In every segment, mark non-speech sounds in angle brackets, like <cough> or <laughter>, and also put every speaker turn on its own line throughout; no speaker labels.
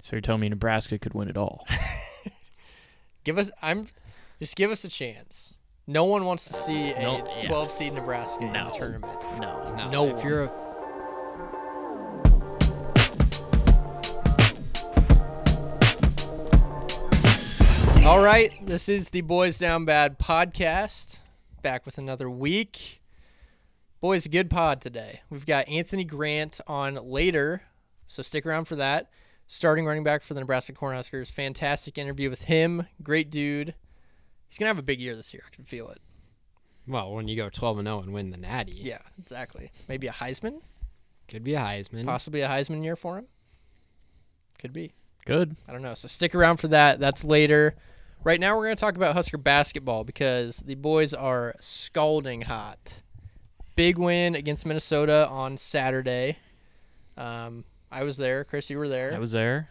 So you're telling me Nebraska could win it all?
Give us. I'm just give us a chance. No one wants to see a
No, yeah.
12 seed Nebraska in
No.
the tournament.
No.
<laughs> No,
No,
one.
if you're a
All right, this is the Boys Down Bad podcast. Back with another week. Boys, good pod today. We've got Anthony Grant on later, so stick around for that. Starting running back for the Nebraska Cornhuskers. Fantastic interview with him. Great dude. He's gonna have a big year this year. I can feel it.
well, when you go 12 and 0 and win the Natty,
Yeah, exactly. Maybe a Heisman.
could be a
Hmm?
Heisman.
Possibly a Heisman year for him. Could be.
Good.
I don't know. So stick around for that. That's later. Right now, we're going to talk about Husker basketball because the boys are scalding hot. Big win against Minnesota on Saturday. Um, I was there. Chris, you were
I
there.
was there.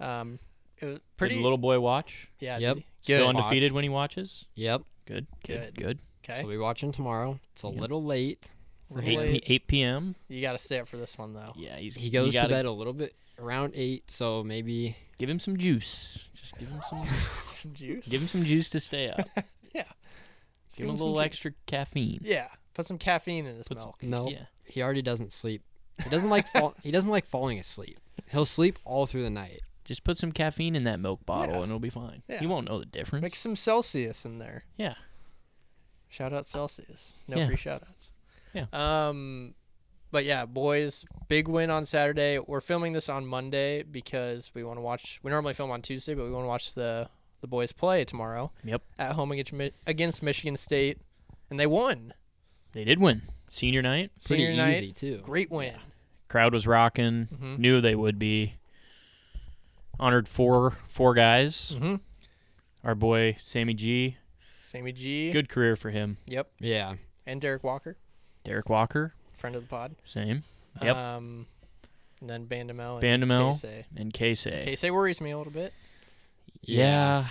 Um, it was
Pretty
pretty.
little boy watch.
yeah.
Yep.
dude.
Still
Good.
on-
undefeated when he watches.
Yep.
Good. Good.
Good.
Good.
So
Okay.
we'll be watching tomorrow. It's a
Yep.
little late.
Eight,
Really-
p- 8 p.m.
you got to stay up for this one though.
Yeah, he's
He goes
you
to
gotta
bed a little bit around 8, so maybe
Give him some juice. Just give him
<laughs>
some.
<laughs> Some juice.
give him some juice to stay up.
<laughs> Yeah.
Give him a
him some
little
juice.
extra caffeine.
Yeah. Put some caffeine in his
Put some-
milk.
no.
Yeah.
He already doesn't sleep. He doesn't like fall, he doesn't like falling asleep. He'll sleep all through the night.
Just put some caffeine in that milk bottle
Yeah.
and it'll be fine.
Yeah.
He won't know the difference.
Mix some Celsius in there.
Mm-hmm. yeah.
Shout out Celsius. No
Yeah.
free shout outs.
Yeah.
Um but yeah, boys, big win on Saturday. We're filming this on Monday because we want to watch we normally film on Tuesday, but we want to watch the the boys play tomorrow
Yep.
at home against Mi- against Michigan State and they won.
They did win. Senior night.
Pretty
Senior
easy
night.
too.
Great win.
Crowd was rocking.
Mhm.
Knew they would be. Honored four four guys.
Mhm.
Our boy Sammy G.
Sammy G.
Good career for him.
Yep.
Yeah.
And Derek Walker,
Derek Walker.
friend of the pod.
Same. Yep.
Um and then Bandamel and
Bandamel.
Casey.
And Casey.
Casey worries me a little bit.
Yeah.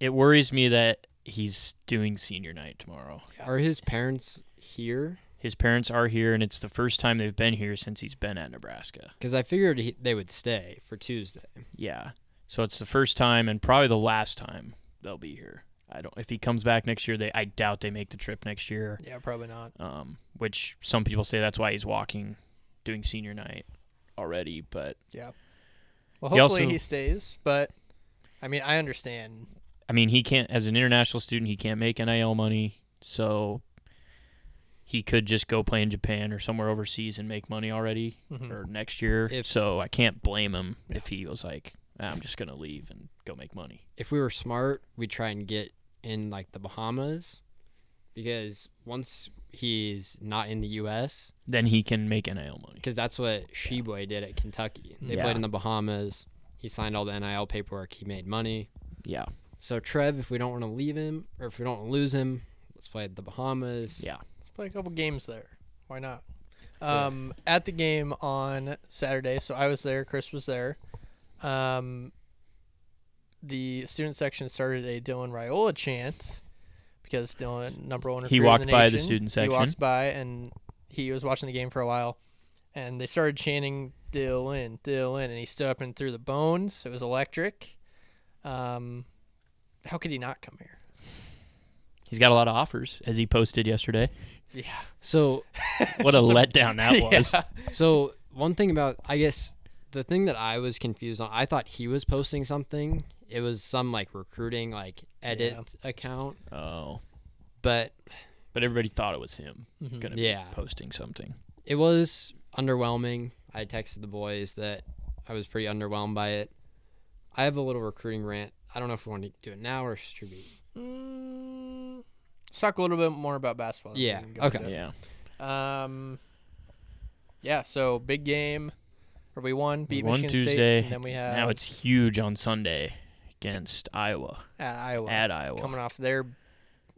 It worries me that he's doing senior night tomorrow.
Are his parents here?
His parents are here, and it's the first time they've been here since he's been at Nebraska.
Because I figured he, they would stay for Tuesday.
Yeah. So it's the first time and probably the last time they'll be here. I don't. If he comes back next year, they I doubt they make the trip next year.
Yeah, probably not.
Um, which some people say that's why he's walking, doing senior night already. But
Yeah. Well,
He
hopefully
also-
he, stays, but I mean, I understand.
I mean, he can't as an international student, he can't make NIL money, so he could just go play in Japan or somewhere overseas and make money already
Mhm.
or next year.
If-
so I can't blame him if he was like, "Ah, I'm just gonna leave and go make money.
if we were smart, we'd try and get in like the Bahamas because once he's not in the US,
Then he can make NIL money.
because that's what Sheboy did at Kentucky. They
Yeah.
played in the Bahamas. He signed all the NIL paperwork. He made money.
Yeah,
So Trev, if we don't want to leave him or if we don't wanna lose him, let's play at the Bahamas.
Yeah.
Let's play a couple games there. Why not? Um, At the game on Saturday, so I was there. Chris was there. Um, the student section started a Dylan Raiola chant because Dylan, number one,
He
recruiter in
walked by the
nation,
student
He
section.
walked by and he was watching the game for a while, and they started chanting Dylan, Dylan, and he stood up and threw the bones. It was electric. Um, how could he not come here?
he's got a lot of offers, as he posted yesterday.
Yeah. <laughs>
So
<laughs> What a letdown <laughs> that was.
so one thing about I guess the thing that I was confused on, I thought he was posting something. It was some like recruiting like edit account.
Oh,
But
but everybody thought it was him
Mhm.
gonna
yeah.
be posting something.
it was underwhelming. I texted the boys that I was pretty underwhelmed by it. I have a little recruiting rant. I don't know if we want to do it now or should we.
Mm, let's talk a little bit more about basketball. then we
Yeah,
can go into
okay.
Yeah,
it. Um. Yeah. So big game, or we won, beat
one
Michigan
Tuesday.
State, and then we have
now it's huge on Sunday against Iowa
at Iowa,
at Iowa.
coming off their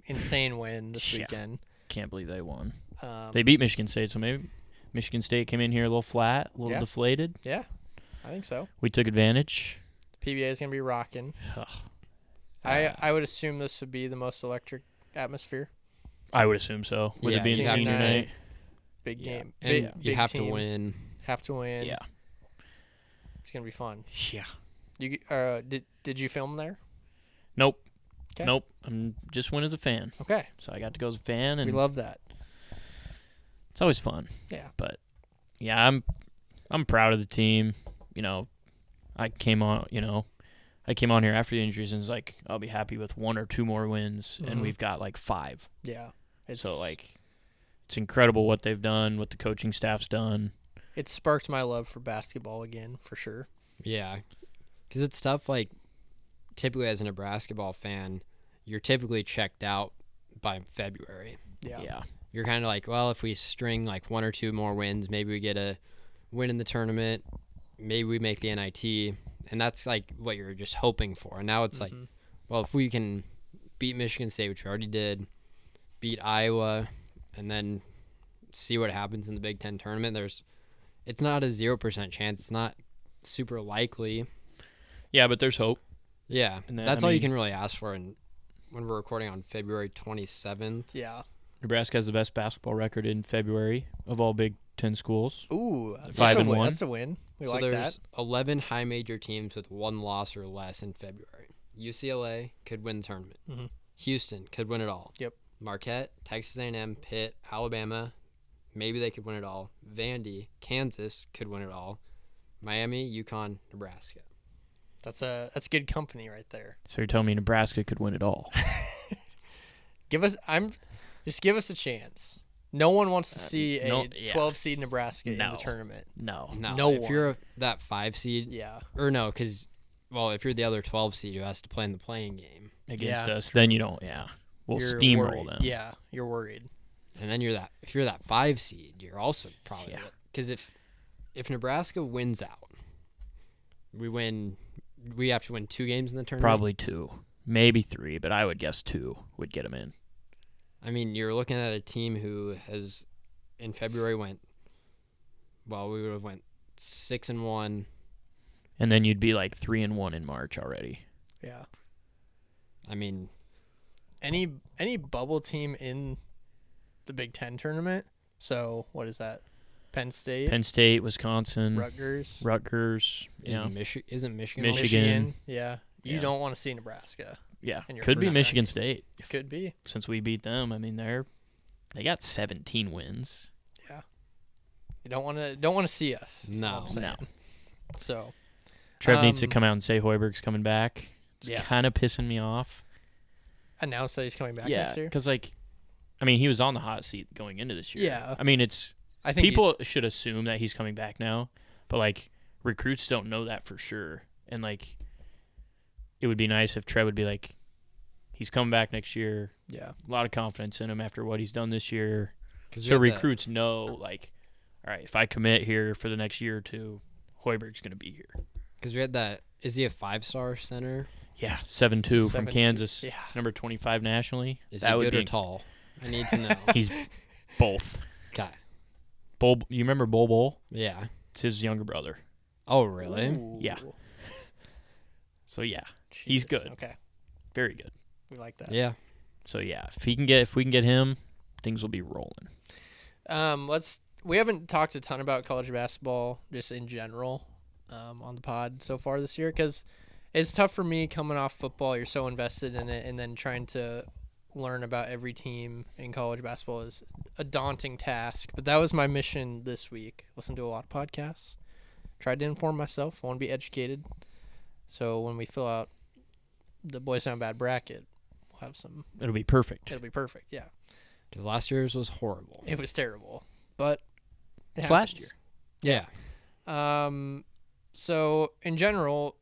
insane win this
Yeah.
weekend.
Can't believe they won.
Um,
They beat Michigan State, so maybe Michigan State came in here a little flat, a little
Yeah.
deflated.
yeah, I think so.
We took advantage.
The PBA is gonna be rocking.
Ugh.
I I would assume this would be the most electric atmosphere.
I would assume so. With
Yeah,
it being
senior
senior
night.
night.
Big
Yeah.
game.
And
Big,
you
big
have
team.
to win.
Have to win.
Yeah.
It's gonna be fun.
Yeah.
You uh, did did you film there?
Nope.
'Kay.
Nope. I'm just went as a fan.
Okay,
So I got to go as a fan
we
and
love that.
it's always fun.
Yeah.
But yeah, I'm I'm proud of the team. You know, I came on, you know, I came on here after the injuries and was like, I'll be happy with one or two more wins
Mhm.
and we've got like five.
Yeah, it's
so like it's incredible what they've done, what the coaching staff's done.
it sparked my love for basketball again for sure.
Yeah, because it's tough. Like, typically as a Nebraska ball fan, you're typically checked out by February.
Yeah,
yeah.
You're kind of like, well, if we string like one or two more wins, maybe we get a win in the tournament. Maybe we make the NIT, and that's like what you're just hoping for. And now it's like,
Mm-hmm.
Mhm.
well, if we can beat Michigan State, which we already did, beat Iowa, and then see what happens in the Big Ten tournament. There's, it's not a zero percent chance. It's not super likely.
Yeah, but there's hope.
Yeah,
And then,
that's
I
all you
mean-
can really ask for. And when we're recording on February 27th,
yeah.
Nebraska has the best basketball record in February of all Big 10 schools.
Ooh, that's
Five
a
and
win.
one.
That's a win. We
so
like that.
there's 11 high major teams with one loss or less in February. UCLA could win the tournament.
Mhm.
Houston could win it all.
Yep.
Marquette, Texas A&M, Pitt, Alabama, maybe they could win it all. Vandy, Kansas could win it all. Miami, Yukon, Nebraska.
That's a that's good company right there.
So you're telling me Nebraska could win it all.
Give us I'm just give us a chance. No one wants to see a
Uh, no- yeah.
12 seed Nebraska in
No.
the tournament.
No.
No,
No
if you're a, that five seed,
Yeah.
or no, because well, if you're the other 12 seed who has to play in the playing game,
Against
Yeah,
us, then you don't, yeah. We'll
You're
steamroll
worried.
them.
Yeah, you're worried.
And then you're that if you're that five seed, you're also probably
Yeah.
because if if Nebraska wins out, we win. We have to win two games in the tournament.
Probably two, maybe three, but I would guess two would get them in.
I mean, you're looking at a team who has in February went. Well, we would have went six and one.
And then you'd be like three and one in March already.
Yeah.
I mean,
Any any bubble team in the Big 10 tournament. So, what is that? Penn State,
Penn State, Wisconsin,
Rutgers,
Rutgers.
is
Yeah.
Michi- isn't Michigan?
Michi-
Michigan.
Michigan.
Yeah. You
Yeah.
don't want to see Nebraska.
Yeah.
and your
Could be
first
Michigan State.
Could be.
Since we beat them, I mean they're they got seventeen wins.
You don't want to don't want to see us. is what
No.
I'm saying.
No.
So,
Trev needs to
Um,
come out and say Hoiberg's coming back. It's
Yeah.
kinda pissing me off.
announce that he's coming back
yeah.
next year.
Because like I mean, he was on the hot seat going into this year.
Yeah.
I mean it's
I think he-
people should assume that he's coming back now, but like recruits don't know that for sure. And like, it would be nice if Trev would be like, he's coming back next year.
yeah.
A lot of confidence in him after what he's done this year.
'Cause we
So
had the-
recruits know like, all right, if I commit here for the next year or two, Hoiberg's gonna be here.
Because we had that. Is he a five star center?
Yeah, seven two from
7-2,
Kansas,
yeah.
number twenty five nationally.
Is
that
he
would
good
be
or tall? I need
<laughs>
to know.
he's both.
Okay.
Bull, you remember Bull Bull?
Yeah.
It's his younger brother.
Oh, really?
Yeah.
Ooh.
So yeah, He's
Jesus.
good.
Okay.
very good.
We like that.
Yeah.
So yeah, if he can get if we can get him, things will be rolling.
Um, let's. We haven't talked a ton about college basketball just in general um, on the pod so far this year because it's tough for me coming off football. You're so invested in it, and then trying to learn about every team in college basketball is a daunting task. But that was my mission this week. Listen to a lot of podcasts. Tried to inform myself. I want to be educated. So when we fill out the boys sound bad bracket, we'll have some.
It'll be perfect.
It'll be perfect. Yeah.
Because last year's was horrible.
It was terrible, but it
It's last
happens.
Yeah.
Um, so in general,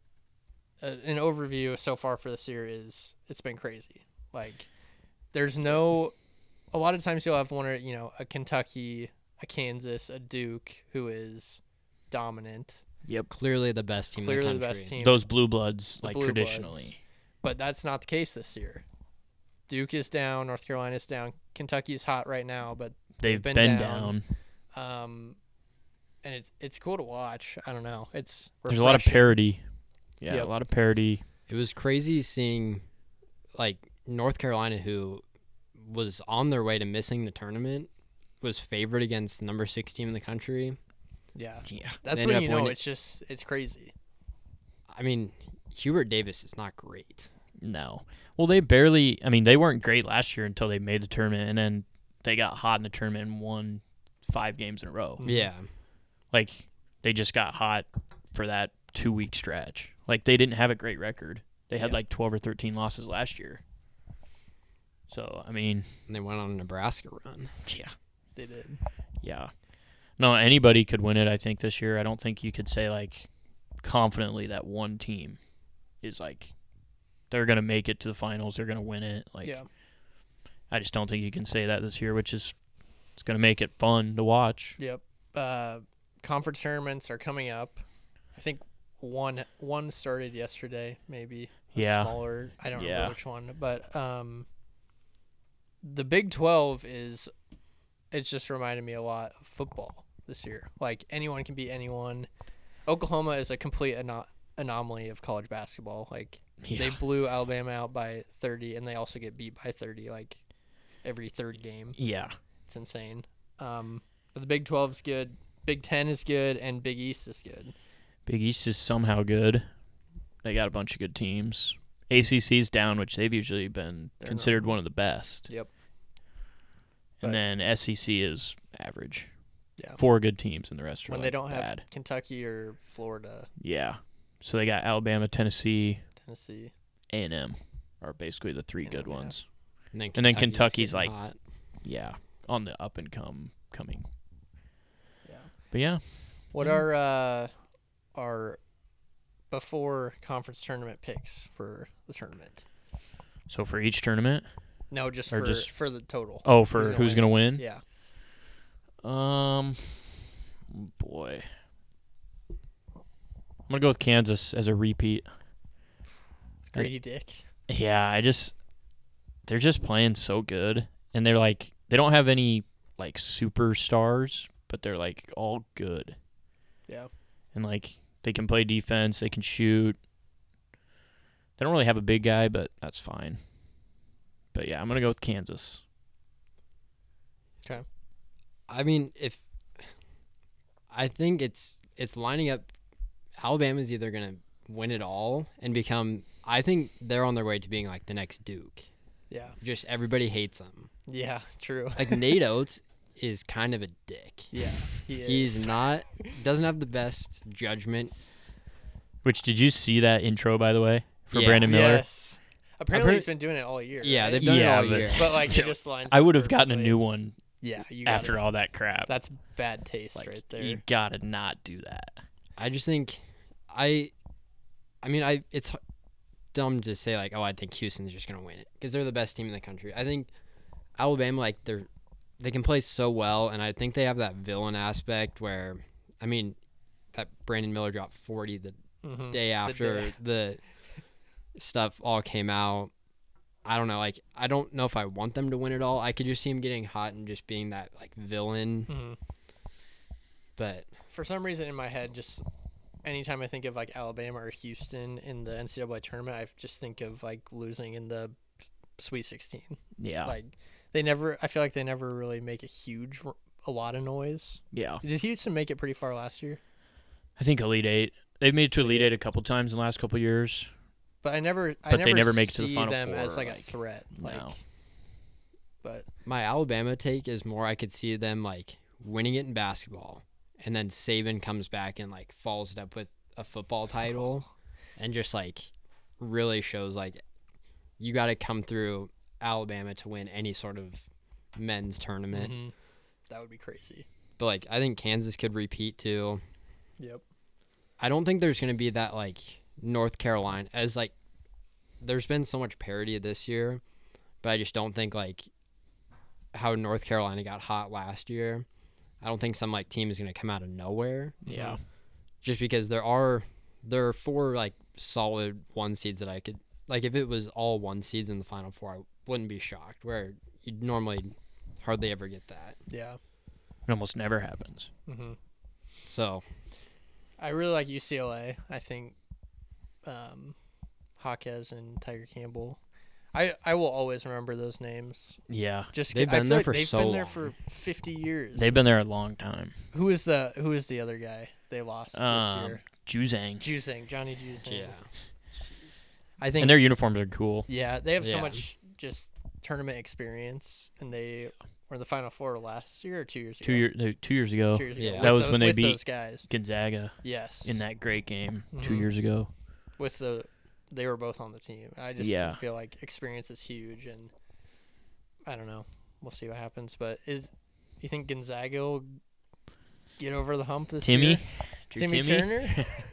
a, an overview so far for this year is it's been crazy. Like, there's no. A lot of times you'll have one or you know a Kentucky, a Kansas, a Duke who is dominant,
Clearly the best team
clearly
in
the
the country.
best team.
Those blue bloods, like
blue
traditionally.
bloods. but that's not the case this year. Duke is down, North Carolina's down, Kentucky's hot right now, but
They've
been
been,
down.
down.
um, and it's it's cool to watch. I don't know. It's
There's a lot of
refreshing.
parody. Yeah,
Yep.
a lot of parody.
It was crazy seeing like North Carolina who was on their way to missing the tournament was favored against the number 6 team in the country.
yeah.
Yeah.
That's
They
when
end
you
up
know
winning-
it's just it's crazy.
I mean, Hubert Davis is not great.
No. Well, they barely. I mean, they weren't great last year until they made the tournament, and then they got hot in the tournament and won five games in a row.
Mm.
Yeah,
Like they just got hot for that two week stretch. Like they didn't have a great record. They had
Yeah.
like twelve or thirteen losses last year. So I mean, <laughs>
and they went on a Nebraska run.
yeah,
They did.
yeah. No, anybody could win it. I think this year. I don't think you could say like confidently that one team is like they're gonna make it to the finals. They're gonna win it. Like
yeah.
I just don't think you can say that this year, which is it's going to make it fun to watch.
Yep. Uh, conference tournaments are coming up. I think one one started yesterday, maybe. a
Yeah.
Smaller. I don't
Yeah.
remember which one, but um, the Big Twelve is. It's just reminded me a lot of football this year. Like anyone can beat anyone. Oklahoma is a complete ano- anomaly of college basketball. Like they
Yeah.
blew Alabama out by thirty, and they also get beat by thirty like every third game.
Yeah.
It's insane. Um, but the Big 12 is good. Big 10 is good. And Big East is good.
Big East is somehow good. They got a bunch of good teams. ACC's down, which they've usually been
They're
considered one of the best.
Yep.
And
But-
then SEC is average.
Yeah.
Four good teams, and the rest are
when
like,
they don't have
bad.
Kentucky or Florida,
Yeah. So they got Alabama, Tennessee,
Tennessee.
A and M are basically the three good
A&M, yeah.
ones.
And then
And then Kentucky's
Kentucky's,
like-
getting hot.
Yeah, on the up and come coming.
Yeah.
But yeah,
What
Mhm.
are uh, our before conference tournament picks for the tournament?
so for each tournament,
No, just
Or
for
just-
for the total.
oh, for
gonna
who's
win?
gonna win?
Yeah.
Um, boy, I'm gonna go with Kansas as a repeat.
Greedy Dick.
Yeah, I just they're just playing so good, and they're like they don't have any like superstars, but they're like all good,
Yeah.
and like they can play defense, they can shoot. They don't really have a big guy, but that's fine. But yeah, I'm gonna go with Kansas.
I mean, if I think it's it's lining up, Alabama's either gonna win it all and become. I think they're on their way to being like the next Duke.
Yeah.
Just everybody hates them.
Yeah. True. <laughs>
Like Nate Oates is kind of a dick.
Yeah. He is.
He's not doesn't have the best judgment.
Which did you see that intro by the way for
Yeah.
Brandon Miller?
Yes. Apparently,
heard-
he's been doing it all year.
Yeah,
right?
they've done
Yeah,
it all
but-
year.
But like, he
Still,
just lines.
I
up
would have gotten a
perfectly.
new one
Yeah. You got
after
it.
all that crap.
That's bad taste
Like,
right there.
You gotta not do that.
<laughs> I just think I I mean I it's h- dumb to say like oh I think Houston's just going to win it because they're the best team in the country. I think Alabama like they're they can play so well and I think they have that villain aspect where I mean that Brandon Miller dropped 40 the
Mhm.
day after
day.
the stuff all came out. I don't know like I don't know if I want them to win it all. I could just see him getting hot and just being that like villain,
Mhm.
but
For some reason in my head, just anytime I think of like Alabama or Houston in the NCAA tournament, I just think of like losing in the Sweet 16.
Yeah.
Like they never, I feel like they never really make a huge, r- a lot of noise.
yeah.
Did Houston make it pretty far last year?
I think Elite Eight. They've made it to Elite Eight a couple times in the last couple years.
But I never, I
But they never make it to the
see
Final
them as
Four,
like, a
like,
threat. Like,
no.
but
My Alabama take is more I could see them like winning it in basketball and then Saban comes back and like follows it up with a football title and just like really shows like you got to come through Alabama to win any sort of men's tournament.
mhm. that would be crazy.
But like I think Kansas could repeat too.
Yep.
I don't think there's going to be that like North Carolina as like there's been so much parity this year, but I just don't think like how North Carolina got hot last year. I don't think some like team is going to come out of nowhere
Yeah.
just because there are there are four like solid one seeds that I could like if it was all one seeds in the final four, I wouldn't be shocked where you'd normally hardly ever get that.
Yeah.
It almost never happens.
hmm
So,
I really like UCLA. I think um, Hawkes and Tiger Campbell. I, I will always remember those names.
Yeah.
Just
They've
'cause I
been
feel
there
like
for
they've
so
been there
long.
for fifty years.
They've been there a long time.
who is the who is the other guy they lost
Um,
this year?
Juzang.
Juzang, Johnny Juzang.
yeah.
I think
and their uniforms are cool.
Yeah, they have so
Yeah.
much just tournament experience, and they were in the Final Four last year or two years ago.
Two year, no, two years ago,
Two years ago.
Yeah.
with
That was
tho-
when they
with
beat-
those guys.
Gonzaga
Yes,
in that great game two
Mhm.
years ago.
with the they were both on the team. I just
Yeah.
feel like experience is huge, and I don't know. We'll see what happens, but is you think Gonzaga will get over the hump this
Timmy,
year?
Drew
Timmy, Turner.
<laughs>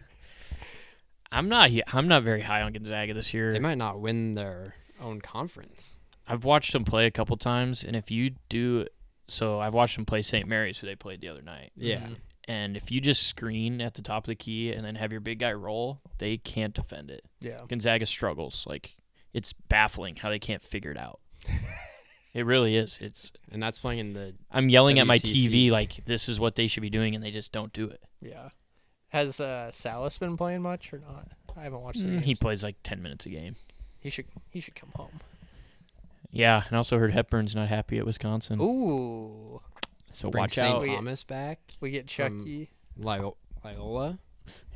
I'm not. he- I'm not very high on Gonzaga this year.
They might not win their own conference.
I've watched them play a couple times, and if you do, so I've watched them play St. Mary's, who they played the other night.
Yeah.
Mhm.
And if you just screen at the top of the key and then have your big guy roll, they can't defend it.
yeah,
Gonzaga struggles. Like it's baffling how they can't figure it <laughs> out. it really is. It's.
And that's playing in the
I'm yelling at my
WCC.
TV like this is what they should be doing, and they just don't do it.
yeah. Has uh, Salas been playing much or not? I haven't watched. the
Mm, He
games.
plays like 10 minutes a game.
he should he should come home.
Yeah, and I also heard Hepburn's not happy at Wisconsin.
Ooh,
so
bring
watch
St.
out.
Wait.
Thomas back.
we get
From-
Chucky.
Lio- Loyola.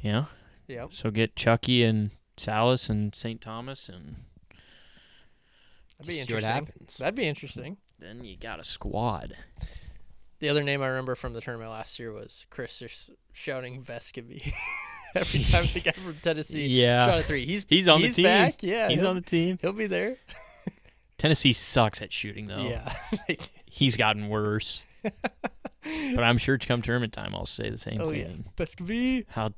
Yeah.
Yep.
So get Chucky and Salas and St. Thomas, and
That'd
To
be
see what
interesting.
happens.
That'd be interesting.
then you got a squad.
The other name I remember from the tournament last year was Chris just shouting Vescovy <laughs> every time the guy from
<laughs>
Tennessee
Yeah.
shot a three. He's
He's on the team.
Back. Yeah,
He's
he'll,
on the <laughs> team.
he'll be there.
Tennessee sucks at shooting, though.
Yeah, <laughs>
He's gotten worse. but I'm sure come tournament time, I'll say the same
oh yeah,
thing.
Vescovy.
How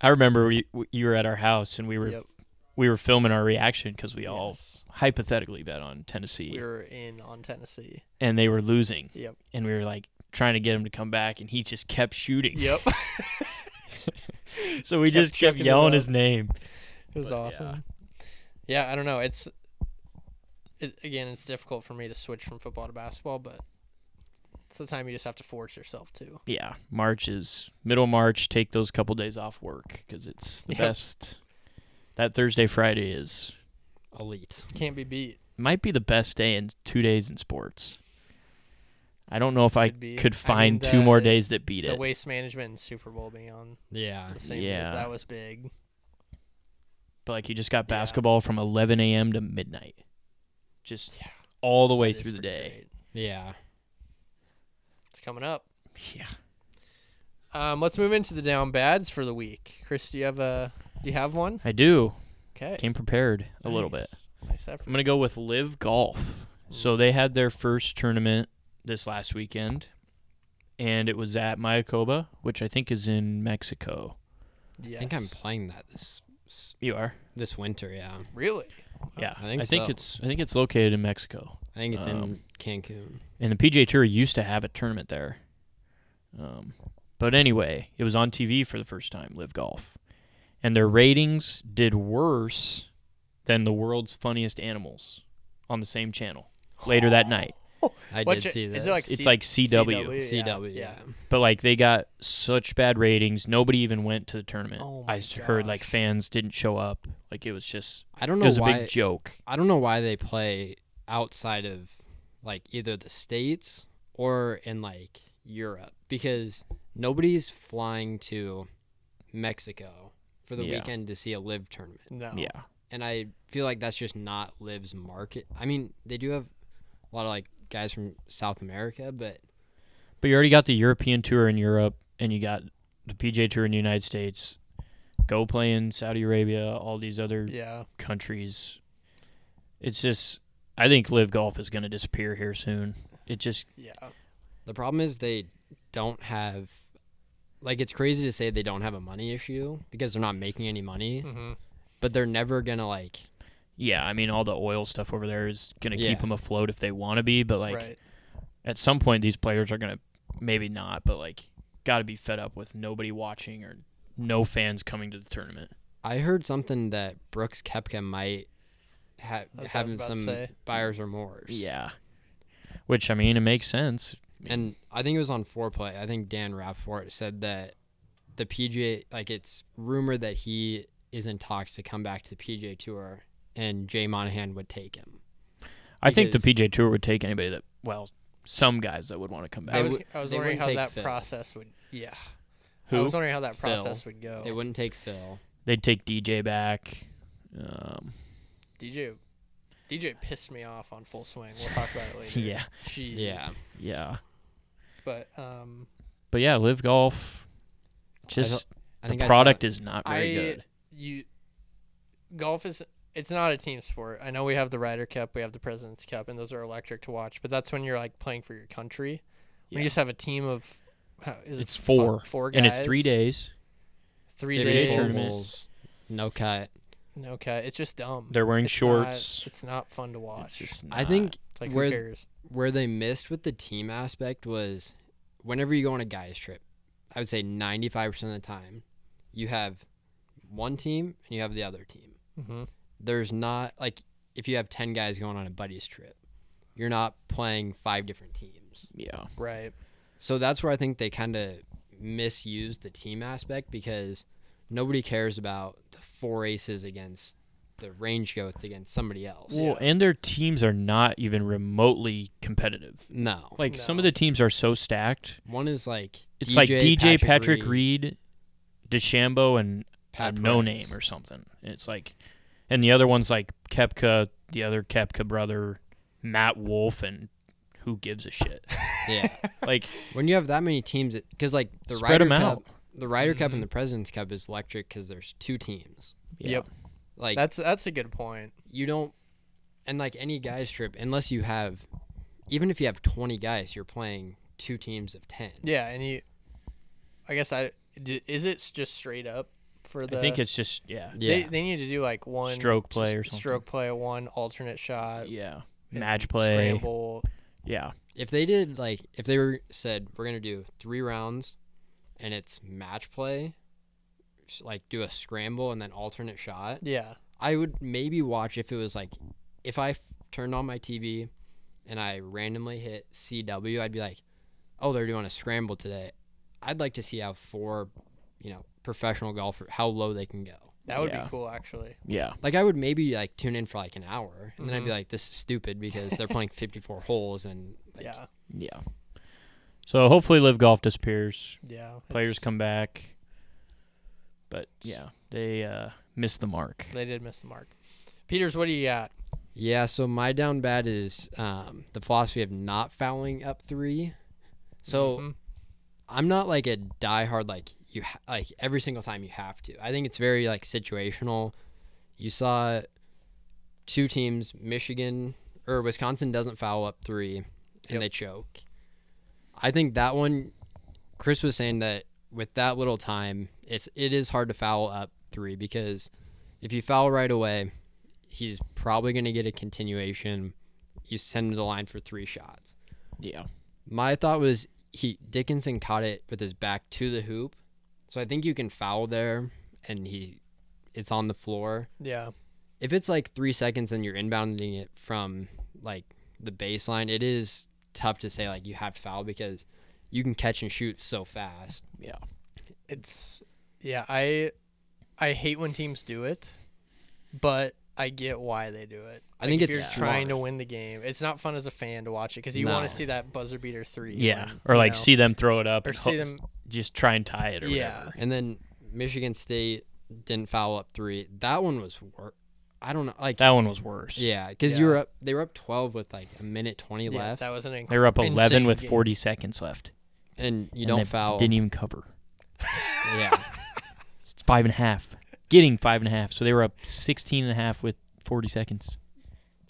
I remember we, you were at our house and we were
Yep.
we were filming our reaction because we all
Yes.
hypothetically bet on Tennessee
we were in on Tennessee.
<laughs> and they were losing
Yep.
and we were like trying to get him to come back and he just kept shooting.
Yep,
<laughs>
it
so we
Kept
just kept
chucking it
yelling
up.
his name.
was
But,
awesome. Yeah. I don't know. It's it, again, it's difficult for me to switch from football to basketball, but it's the time you just have to force yourself to.
yeah, March is middle March. Take those couple days off work because it's the
Yep.
best. That Thursday, Friday is
Elite.
Can't be beat.
might be the best day in two days in sports. I don't know if I
Could be. I mean,
could find two
the-
more days that beat
The
it.
waste management and Super Bowl being on
Yeah.
the same yeah.
Yeah.
That was big.
but like you just got
Yeah.
basketball from 11 a.m. to midnight, just
Yeah.
all the way
That is
through the
pretty
day.
great.
Yeah.
It's coming up.
Yeah,
Um, let's move into the down bads for the week. Chris, do you have a? Do you have one?
I do.
Okay.
Came prepared a little bit.
Nice. Nice effort.
I'm gonna go with Live Golf. So they had their first tournament this last weekend, and it was at Mayacoba, which I think is in Mexico.
Yes.
I think I'm playing that this s-
You are,
this winter. Yeah.
really.
yeah.
I think so.
it's I think it's located in Mexico,
I think it's in
Um,
Cancun.
and the PJ Tour used to have a tournament there. Um, but anyway, it was on TV for the first time. Live Golf, and their ratings did worse than the world's funniest animals on the same channel later that night.
I
What
did
cha-
see
is it
this.
like
It's
Oh, C- E?
like CW.
CW.
yeah.
Yeah.
But like they got such bad ratings, nobody even went to the tournament.
Oh
I
my
s- heard like
gosh.
fans didn't show up. Like it was just
I don't
it
know
was a
why.
big joke.
I don't know why they play outside of like either the states or in like Europe because nobody's flying to Mexico for the
Yeah.
weekend to see a live tournament.
No.
Yeah.
and I feel like that's just not Liv's market. I mean, they do have a lot of like guys from South America, but
But you already got the European tour in Europe and you got the PJ tour in the United States. Go play in Saudi Arabia, all these other
Yeah.
countries. It's just I think live golf is gonna disappear here soon. It just
Yeah.
the problem is they don't have like it's crazy to say they don't have a money issue because they're not making any money,
Mm-hmm.
but they're never gonna like
yeah, I mean all the oil stuff over there is gonna keep
Yeah.
them afloat if they want to be, but like
right.
at some point these players are gonna maybe not, but like gotta be fed up with nobody watching or no fans coming to the tournament.
I heard something that Brooks Kepka might ha-
That's what I was
have
about to
some
say.
buyer's remorse.
Which I mean it makes sense.
And I think it was on foreplay. I think Dan Rapport said that the PGA, like it's rumored that he is in talks to come back to the PGA Tour, and Jay Monahan would take him.
I think the
Because-
PJ tour would take anybody that well, some guys that would want to come back.
I
They
was
would-
I was
they
wondering
wouldn't
how
take
that
Phil.
process would. Yeah. I
Who?
was wondering how that
Phil.
Oh. process would go.
They wouldn't take Phil.
They'd take DJ back. Um,
DJ, DJ pissed me off on full swing. We'll talk about
<laughs>
it later.
yeah,
Jeez.
Yeah.
yeah,
But um,
but yeah, live golf. Just the product is not very
I
good.
you golf is it's not a team sport. I know we have the Ryder Cup, we have the President's Cup, and those are electric to watch. But that's when you're like playing for your country.
Yeah.
When you just have a team of how, is it
It's
fu-
four,
four guys,
and it's three days.
three
JPA
days.
tournament.
No cut.
Okay, it's just dumb.
They're wearing
It's not-
shorts.
it's not fun to watch.
It's just
I
not-
think
It's like
where-
who cares?
where they missed with the team aspect was whenever you go on a guys trip, I would say 95% of the time, you have one team and you have the other team.
Mhm.
There's not like if you have 10 guys going on a buddies trip, you're not playing five different teams.
yeah,
Right.
So that's where I think they kind of misused the team aspect because nobody cares about the four aces against the range goats against somebody else.
Well, and their teams are not even remotely competitive.
No.
Like some of
No.
the teams are so stacked.
One is like
It's like DJ Patrick, Reed, DeChambeau, and
Pat
a no
Perez.
name or something. And it's like, and the other one's like Kepka, the other Kepka brother, Matt Wolf, and who gives a shit?
Yeah.
<laughs> Like,
When you have that many teams, because like the
Spread
Ryder
'em
Cup,
out. Mm-hmm.
the Ryder Cup
Mhm.
and the Presidents Cup is electric because there's two teams.
yeah.
Yep.
Like
That's that's a good point.
you don't, and like any guys trip, unless you have, even if you have 20 guys, you're playing two teams of 10.
Yeah, and you. I guess I d- is it s- just straight up for the.
I think it's just yeah,
Yeah.
They, they need to do like one
Stroke play
s-
or something.
Stroke play, one alternate shot,
yeah,
and
match play,
scramble.
yeah,
if they did like if they were said we're gonna do three rounds, and it's match play, s- like do a scramble and then alternate shot.
Yeah,
I would maybe watch if it was like if I f- turned on my TV and I randomly hit CW, I'd be like, "Oh, they're doing a scramble today." I'd like to see how four, you know, professional golfer how low they can go.
that would
Yeah.
be cool actually.
yeah,
Like I would maybe like tune in for like an hour and then I'd be
Mhm.
like, "This is stupid because they're playing 54 holes and like,
yeah,
yeah. So hopefully, live golf disappears.
yeah. it's-
Players come back, but yeah, they uh, missed the mark.
They did miss the mark. Peters, what do you got?
Yeah, so my down bad is um, the philosophy of not fouling up three. So
Mhm.
I'm not like a diehard like you ha- like every single time you have to. I think it's very like situational. You saw two teams, Michigan or Wisconsin doesn't foul up three, and
Yep.
they choke. I think that one. Chris was saying that with that little time, it's it is hard to foul up three because if you foul right away, he's probably going to get a continuation. You send him to the line for three shots.
Yeah,
My thought was he Dickinson caught it with his back to the hoop, so I think you can foul there, and he, it's on the floor.
yeah,
If it's like three seconds and you're inbounding it from like the baseline, it is tough to say like you have to foul because you can catch and shoot so fast.
yeah,
it's yeah. I I hate when teams do it, but I get why they do it.
I think
if
it's
you're
smart.
trying to win the game. It's not fun as a fan to watch it because you
No.
want to see that buzzer beater three.
yeah.
when,
Or
you
like
know,
see them throw it up
or
and
see
ho-
them.
just try and tie it or
Yeah.
whatever.
And then Michigan State didn't foul up three. That one was work. I don't know, like
That one was worse.
yeah, because you were up. They were up twelve with like a minute twenty
Yeah,
left,
that was an inc-
They were up
insane
11 with
game.
40 seconds left.
and you
and
don't
they
foul.
Didn't even cover.
yeah.
It's five and a half. Getting five and a half. So they were up 16 and a half with 40 seconds.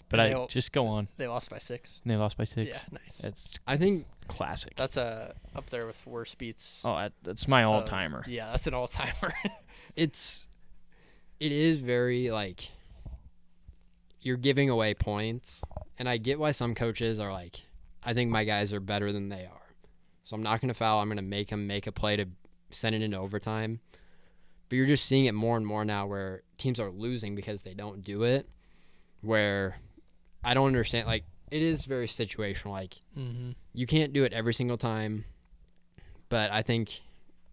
But
And
I
they all-
just go on.
They lost by six.
And they lost by six.
Yeah, nice.
That's
I think
classic.
That's uh, up there with worst beats.
oh, that, that's my all timer.
Uh, yeah, that's an all <laughs> timer.
it's it is very like you're giving away points and i get why some coaches are like i think my guys are better than they are so i'm not going to foul i'm going to make them make a play to send it into overtime but you're just seeing it more and more now where teams are losing because they don't do it where i don't understand like it is very situational like
mm-hmm.
you can't do it every single time but i think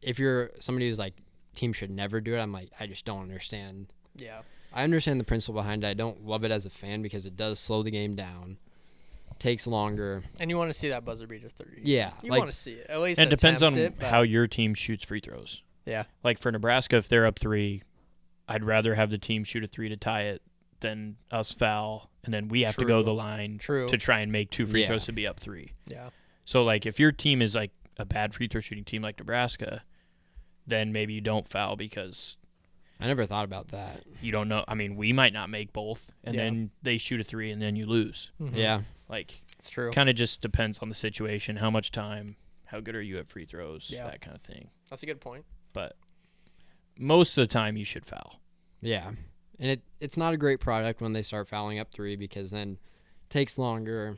if you're somebody who's like team should never do it i'm like i just don't understand
Yeah,
i understand the principle behind it i don't love it as a fan because it does slow the game down takes longer
and you want to see that buzzer beater three.
Yeah,
you
like-
want to see it. At least
It depends on
attempt it, but-
how your team shoots free throws.
Yeah.
Like for Nebraska, if they're up three, I'd rather have the team shoot a three to tie it than us foul, and then we have to
True.
go the line
True.
to try and make two free
Yeah.
throws to be up three.
Yeah.
So like if your team is like a bad free throw shooting team like Nebraska, then maybe you don't foul because
I never thought about that.
you don't know. I mean, we might not make both, and
Yeah.
then they shoot a three, and then you lose.
Mhm.
Yeah.
Like,
It's true.
kind of just depends on the situation, how much time, how good are you at free throws,
Yeah.
that kind of thing.
That's a good point.
But most of the time, you should foul.
Yeah. And it it's not a great product when they start fouling up three because then it takes longer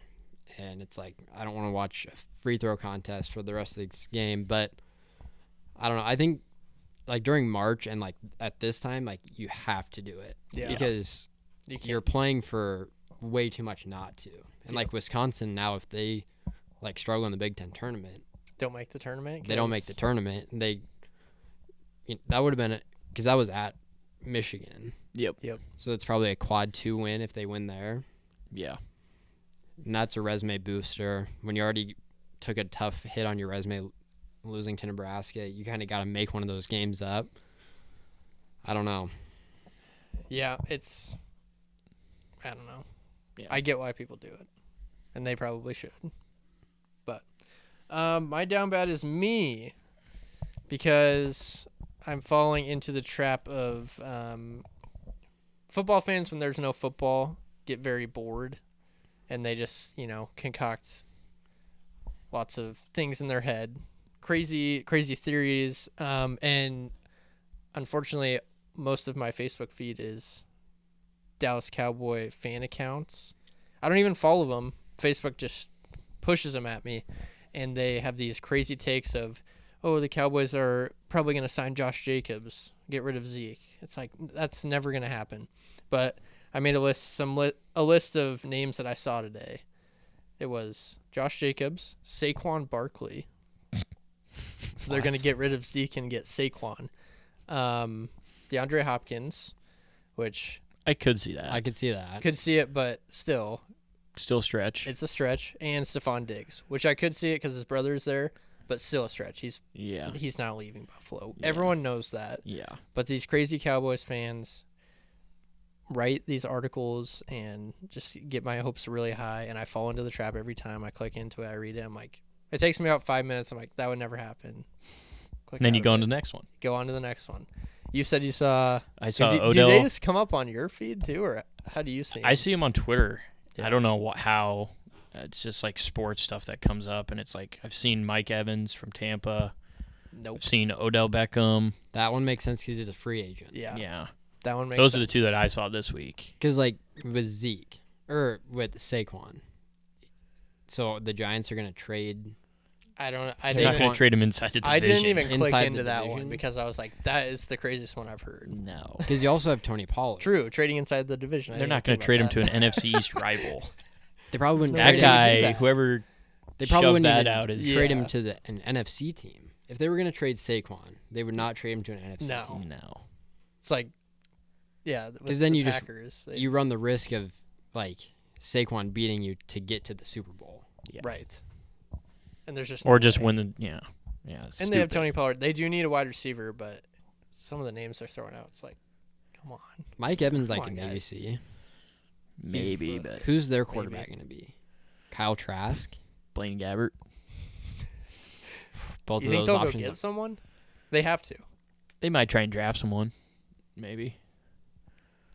and it's like I don't want to watch a free throw contest for the rest of this game, but I don't know. I think like during March and like at this time, like you have to do it.
Yeah.
Because
You
you're playing for way too much not to. And like Wisconsin now if they like struggle in the Big Ten tournament,
don't make the tournament.
they don't make the tournament. and They you that would have been because that was at Michigan.
Yep.
So it's probably a quad two win if they win there.
Yeah.
And that's a resume booster. When you already took a tough hit on your resume l- losing to Nebraska, you kind of got to make one of those games up. I don't know.
Yeah, it's. I don't know.
Yeah.
I get why people do it, and they probably should. But um, my down bad is me, because I'm falling into the trap of um, football fans when there's no football get very bored, and they just you know concoct lots of things in their head, crazy crazy theories, um, and unfortunately most of my Facebook feed is Dallas Cowboy fan accounts. I don't even follow them. Facebook just pushes them at me, and they have these crazy takes of, "Oh, the Cowboys are probably going to sign Josh Jacobs, get rid of Zeke." It's like that's never going to happen. But I made a list, some li- a list of names that I saw today. It was Josh Jacobs, Saquon Barkley. <laughs> so they're going to
What?
get rid of Zeke and get Saquon, um, DeAndre Hopkins, which
I could see that.
I could see that.
could see it, but still,
Still stretch.
it's a stretch. And Stephon Diggs, which I could see it because his brother is there, but still a stretch. He's
yeah.
he's not leaving Buffalo.
Yeah.
Everyone knows that.
Yeah.
But these crazy Cowboys fans write these articles and just get my hopes really high, and I fall into the trap every time. I click into it, I read it. I'm like, it takes me about five minutes. I'm like, that would never happen. Click
And then
out
you
of
go
it.
on to the next one.
go on to the next one. You said you saw.
I
is
saw
it-
Uh, Odell.
Do they just come up on your feed too, or how do you see?
I
them?
see him on Twitter.
Yeah.
I don't know what, how. It's just like sports stuff that comes up, and it's like I've seen Mike Evans from Tampa.
Nope.
I've seen Odell Beckham.
That one makes sense because he's a free agent.
Yeah.
Yeah,
That one makes
those are the two
sense.
that I saw this week.
Because like with Zeke or with Saquon, so the Giants are gonna trade.
I don't.
I'm
I
not
didn't.
going
Saquon-
to trade him inside the division.
I didn't even click
Inside the
into that one
division?
because I was like, that is the craziest one I've heard. <laughs>
No,
Because you also have Tony Pollard.
True, trading inside the division. I
they're
didn't
not
even
going to trade him
think
to
<laughs>
an NFC East rival.
They probably wouldn't
There's no
That
trade
way
him.
they
guy,
do that.
whoever
They probably
shoved
wouldn't
that
even
out is
Yeah.
trade him to the, an NFC team. If they were going to trade Saquon, they would not trade him to an NFC
No.
team.
no.
about that. It's like, yeah, because
then
the
you just-
Packers, they-
You run the risk of like Saquon beating you to get to the Super Bowl.
Yeah.
right, and there's just
Or
no
just
way.
win the yeah, yeah. it's
And they
stupid.
have Tony Pollard. They do need a wide receiver, but some of the names they're throwing out, it's like, come on.
Mike Evans, I
Come
can
on,
maybe
guys.
see.
maybe, but
Who's their quarterback going to be? Kyle Trask.
Blaine
<laughs>
Gabbert.
Both
you think
of those
they'll
options.
go get someone? They have to.
They might try and draft someone. Maybe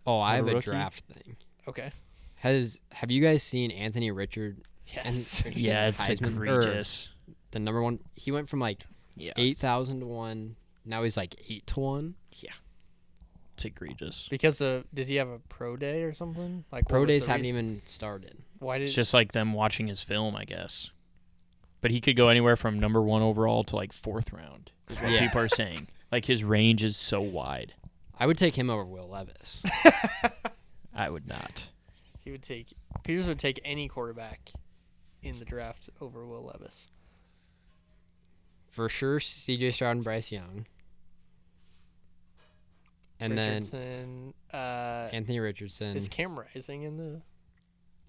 oh, I have
Another
a
rookie?
draft thing.
Okay.
Has have you guys seen Anthony Richard?
Yes.
<laughs>
And
yeah, it's
Heisman- or
egregious.
the number one. He went from like
Yeah,
eight thousand to one. Now he's like eight to one.
It's egregious.
because of did he have a pro day or something? Like what
Pro
was
days
the
haven't
reason-
even started.
Why did
It's just like them watching his film, I guess. But he could go anywhere from number one overall to like fourth round. Is what
Yeah.
people are saying. Like his range is so wide.
I would take him over Will Levis.
I would not.
He would take Peters would take any quarterback in the draft over Will Levis.
for sure CJ Stroud and Bryce Young. And
Richardson, uh,
then Anthony Richardson.
is Cam Rising in the?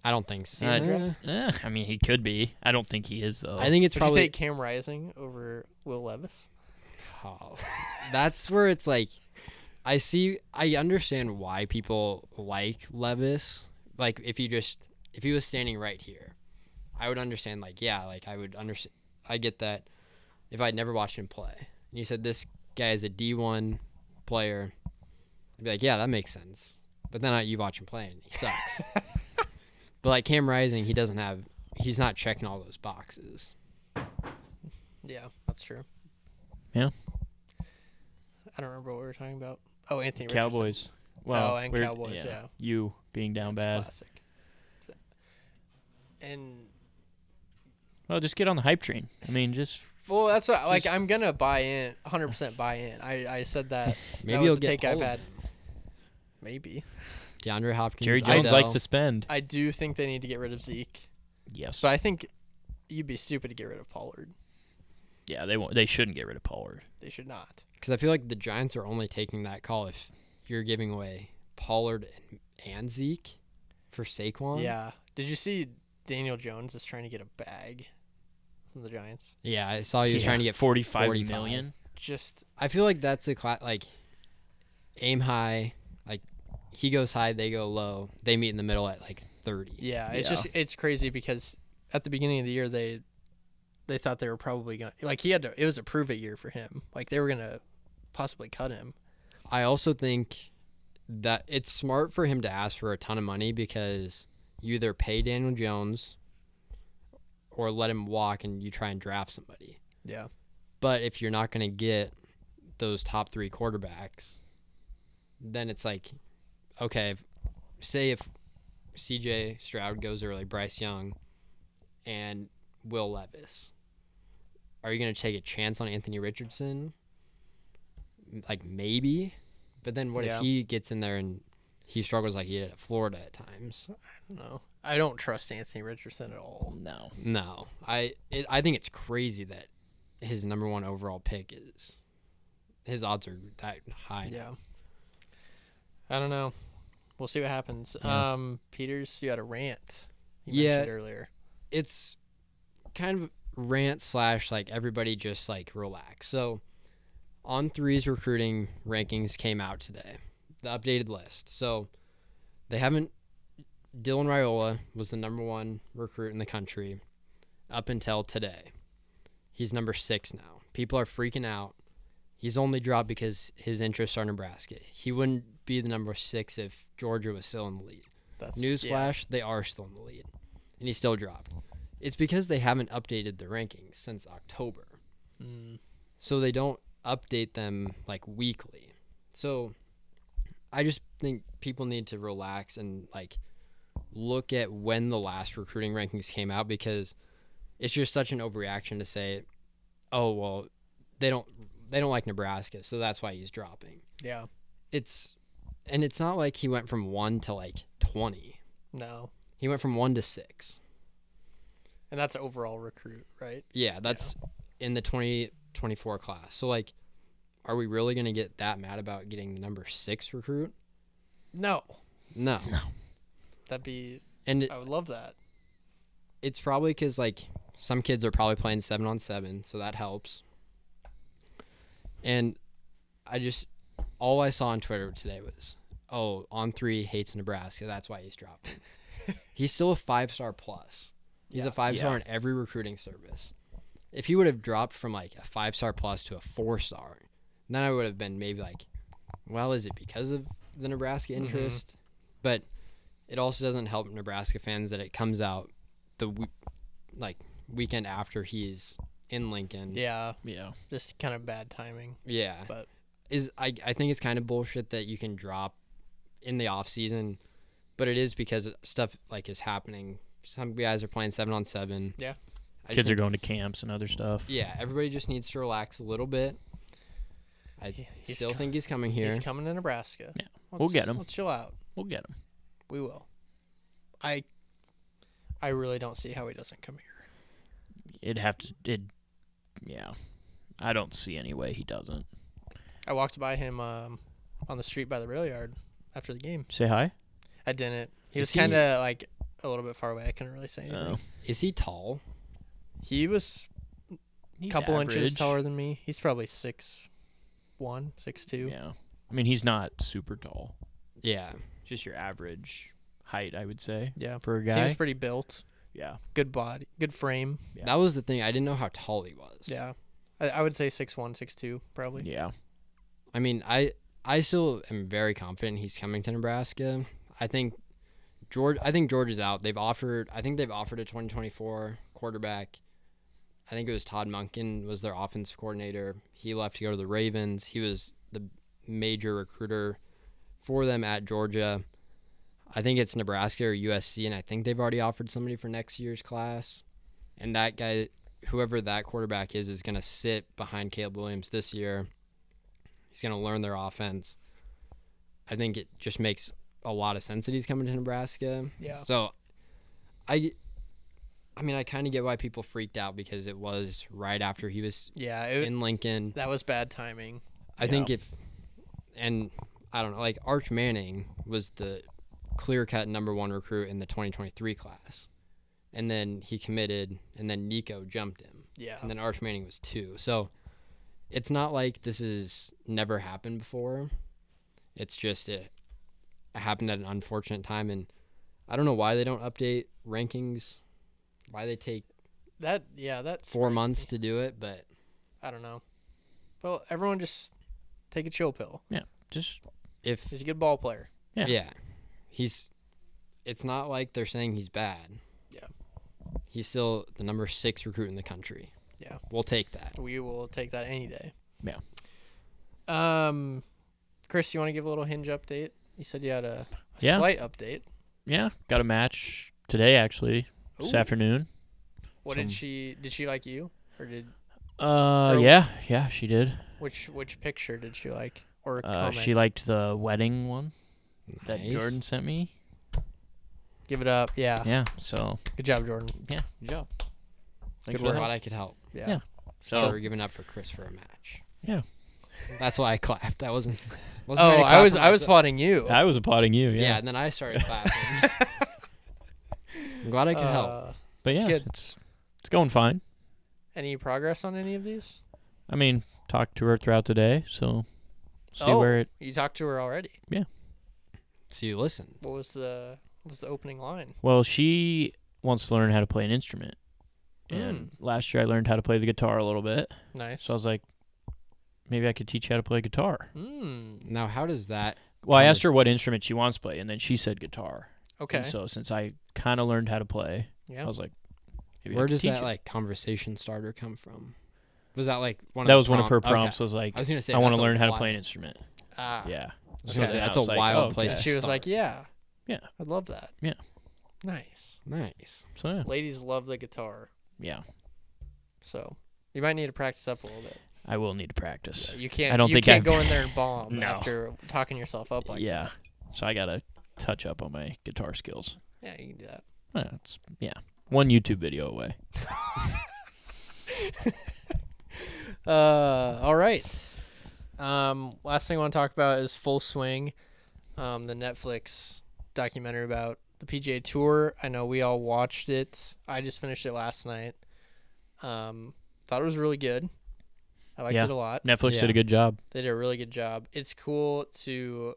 I don't think so.
Uh,
Uh,
Eh, I mean, he could be. I don't think he is though.
I think it's
Would
probably
you take Cam Rising over Will Levis?
<laughs> Oh, that's where it's like I see. I understand why people like Levis. Like, if you just if he was standing right here, I would understand. Like, yeah, like I would understand. I get that. If I'd never watched him play, and you said this guy is a D one player, I'd be like, yeah, that makes sense. But then I, you watch him play, and
<laughs>
he sucks. but like Cam Rising, he doesn't have. He's not checking all those boxes.
Yeah, that's true.
Yeah.
I don't remember what we were talking about. Oh, Anthony Richardson.
Cowboys. Well,
Oh, and
we're-
Cowboys, yeah.
You being down
That's
bad.
classic. So- And
Well, just get on the hype train. I mean, just
well, that's what like
Just-
I'm gonna buy in, 100 percent buy in. I I said that.
Maybe
was
he'll
the
get
take I've
hold of
had.
him.
Maybe
DeAndre Hopkins.
Jerry Jones
Odell.
likes to spend.
I do think they need to get rid of Zeke,
Yes.
but I think you'd be stupid to get rid of Pollard.
Yeah, they won't. They shouldn't get rid of Pollard.
They should not.
Because I feel like the Giants are only taking that call if you're giving away Pollard and, and Zeke for Saquon.
Yeah. Did you see Daniel Jones is trying to get a bag from the Giants?
Yeah, I saw you was
Yeah,
Oh, trying to get
45
45
million.
Just
I feel like that's a cla- like aim high, like he goes high, they go low. They meet in the middle at like 30.
yeah, it's
Yeah.
just it's crazy because at the beginning of the year they they thought they were probably going to like he had to it was a prove it year for him. Like they were going to possibly cut him.
I also think that it's smart for him to ask for a ton of money because you either pay Daniel Jones or let him walk and you try and draft somebody.
Yeah.
But if you're not going to get those top three quarterbacks, then it's like, okay, if, say if CJ Stroud goes early, Bryce Young, and Will Levis, are you going to take a chance on Anthony Richardson? M- Like maybe, but then what
Yeah.
if he gets in there and he struggles like he did at Florida at times?
No. I don't trust Anthony Richardson at all.
No.
No, I it, I think it's crazy that his number one overall pick is his odds are that high. now.
Yeah. I don't know. We'll see what happens.
Yeah.
Um Peters, you had a rant you
Yeah.
mentioned earlier.
it's kind of rant slash like everybody just like relax. So, on threes recruiting rankings came out today, the updated list. So, they haven't. Dylan Raiola was the number one recruit in the country up until today. He's number six now. People are freaking out. He's only dropped because his interests are Nebraska. He wouldn't be the number six if Georgia was still in the lead.
That's yeah.
Newsflash, they are still in the lead. And he still dropped. It's because they haven't updated the rankings since October.
Mm.
So they don't update them like weekly. So I just think people need to relax and like look at when the last recruiting rankings came out because it's just such an overreaction to say, "Oh, well, they don't they don't like Nebraska, so that's why he's dropping."
Yeah.
It's and it's not like he went from 1 to like 20.
No.
He went from one to six.
And that's overall recruit, right?
Yeah, that's in the 2024 class. So, like, are we really going to get that mad about getting the number six recruit?
No.
No.
That'd be
And it,
I would love that.
it's probably because, like, some kids are probably playing seven on seven, so that helps. And I just, all I saw on Twitter today was, oh, on three hates Nebraska. That's why
<laughs>
he's dropping. he's still a five star plus. He's a five star
Yeah.
in every recruiting service. If he would have dropped from like a five star plus to a four star, then I would have been maybe like, well, is it because of the Nebraska
Mm-hmm.
interest? But it also doesn't help Nebraska fans that it comes out the we- like weekend after he's in Lincoln.
Yeah.
Yeah.
Just kind of bad timing.
Yeah.
But-
is I, I think it's kind of bullshit that you can drop in the off season, but it is because stuff like is happening. Some guys are playing seven on seven.
Yeah.
I just
Kids are
think-
going to camps and other stuff.
Yeah, everybody just needs to relax a little bit. I
he's
still
com-
think he's coming here.
He's coming to Nebraska.
Yeah. We'll
Let's-
get him.
We'll chill out.
We'll get him.
We will. I I really don't see how he doesn't come here.
It'd have to. It. Yeah. I don't see any way he doesn't.
I walked by him um, on the street by the rail yard after the game.
Say hi.
I didn't. He
Is
was
he-
kind of like a little bit far away. I couldn't really say anything.
Oh.
is he tall?
He was a
He's
couple inches
average.
taller than me. He's probably six one, six two.
Yeah. I mean, he's not super tall.
Yeah.
Just your average height, I would say,
Yeah.
for a guy.
Seems pretty built.
yeah.
Good body. Good frame.
Yeah.
That was the thing. I didn't know how tall he was.
Yeah. I, I would say six one, six two, probably.
Yeah.
I mean, I I still am very confident he's coming to Nebraska. I think George I think George is out. They've offered I think they've offered a 2024 quarterback. I think it was Todd Munkin was their offensive coordinator. He left to go to the Ravens. He was the major recruiter for them at Georgia. I think it's Nebraska or USC and I think they've already offered somebody for next year's class. And that guy whoever that quarterback is is going to sit behind Caleb Williams this year. He's going to learn their offense. I think it just makes a lot of sense that he's coming to Nebraska.
Yeah.
So, I, I mean, I kind of get why people freaked out because it was right after he was
Yeah. It,
in Lincoln.
that was bad timing.
I think if, and I don't know, like Arch Manning was the clear cut number one recruit in the 2023 class. And then he committed, and then Nico jumped him
Yeah.
and then Arch Manning was two. So it's not like this has never happened before. It's just it happened at an unfortunate time, and I don't know why they don't update rankings, why they take
That yeah, that's
four months to do it, but
I don't know. Well, everyone just take a chill pill.
Just
if
He's a good ball player.
Yeah.
yeah. he's it's not like they're saying he's bad.
Yeah.
He's still the number six recruit in the country.
Yeah.
We'll take that.
We will take that any day.
Yeah.
Um, Chris, you want to give a little hinge update? You said you had a, a
Yeah.
slight update.
yeah. Got a match today, actually, this
Ooh.
afternoon.
What
Some-
did she? Did she like you, or did
Uh,
Or-
yeah, yeah, she did.
which which picture did she like or
Uh,
comment?
she liked the wedding one that
Nice.
Jordan sent me.
Give it up. Yeah.
Yeah, so
Ah. Good job, Jordan.
yeah, good job. Thanks
Good
for the
work.
help.
Glad I could help.
Yeah.
Yeah.
So
So-
we're giving up for Chris for a match.
Yeah.
That's why I clapped. I wasn't. wasn't
Oh,
ready to
I
clap
was
for
I was
myself.
plotting you.
I was applauding you,
Yeah.
yeah.
and then
<laughs>
I started clapping. I'm glad I could help.
Uh,
but
it's
yeah,
good.
it's it's going fine.
Any progress on any of these?
I mean, talked to her throughout the day, so see
Oh.
where it.
You talked to her already.
So you listen.
What was the what was the opening line?
Well, she wants to learn how to play an instrument, and
Hmm.
last year I learned how to play the guitar a little bit.
Nice.
So I was like, maybe I could teach you how to play guitar.
Mm,
Now, how does that?
Well, I
Nice.
asked her what instrument she wants to play, and then she said guitar.
okay.
And so since I kind of learned how to play, I
yeah.
was like, maybe I
Where
could
does
teach
that
you.
like conversation starter come from? Was that like one?
that
of the
was one of her
prompt- okay.
prompts. Was like,
I was gonna say
I want
that's
to
a
learn how to
wild-
play an instrument.
Ah.
Yeah. I
was gonna say,
and I
that's a
was like,
wild
oh,
place
okay.
to
She was like, "Yeah,
Yeah.
I'd love that."
Yeah.
nice.
Nice.
So yeah.
Ladies love the guitar,
yeah,
so you might need to practice up a little bit.
I will need to practice.
You can't.
I don't
you
think
can't
I've- <laughs>
go in there and bomb
No.
after talking yourself up
Yeah.
like
So I gotta touch up on my guitar skills.
that. Yeah, you can do that.
Uh, It's yeah, one YouTube video away.
Uh, all right. Um, last thing I want to talk about is Full Swing, um, the Netflix documentary about the PGA Tour. I know we all watched it. I just finished it last night. Um, thought it was really good. I liked
Yeah.
it a lot.
Netflix
Yeah.
did a good job.
They did a really good job. It's cool to,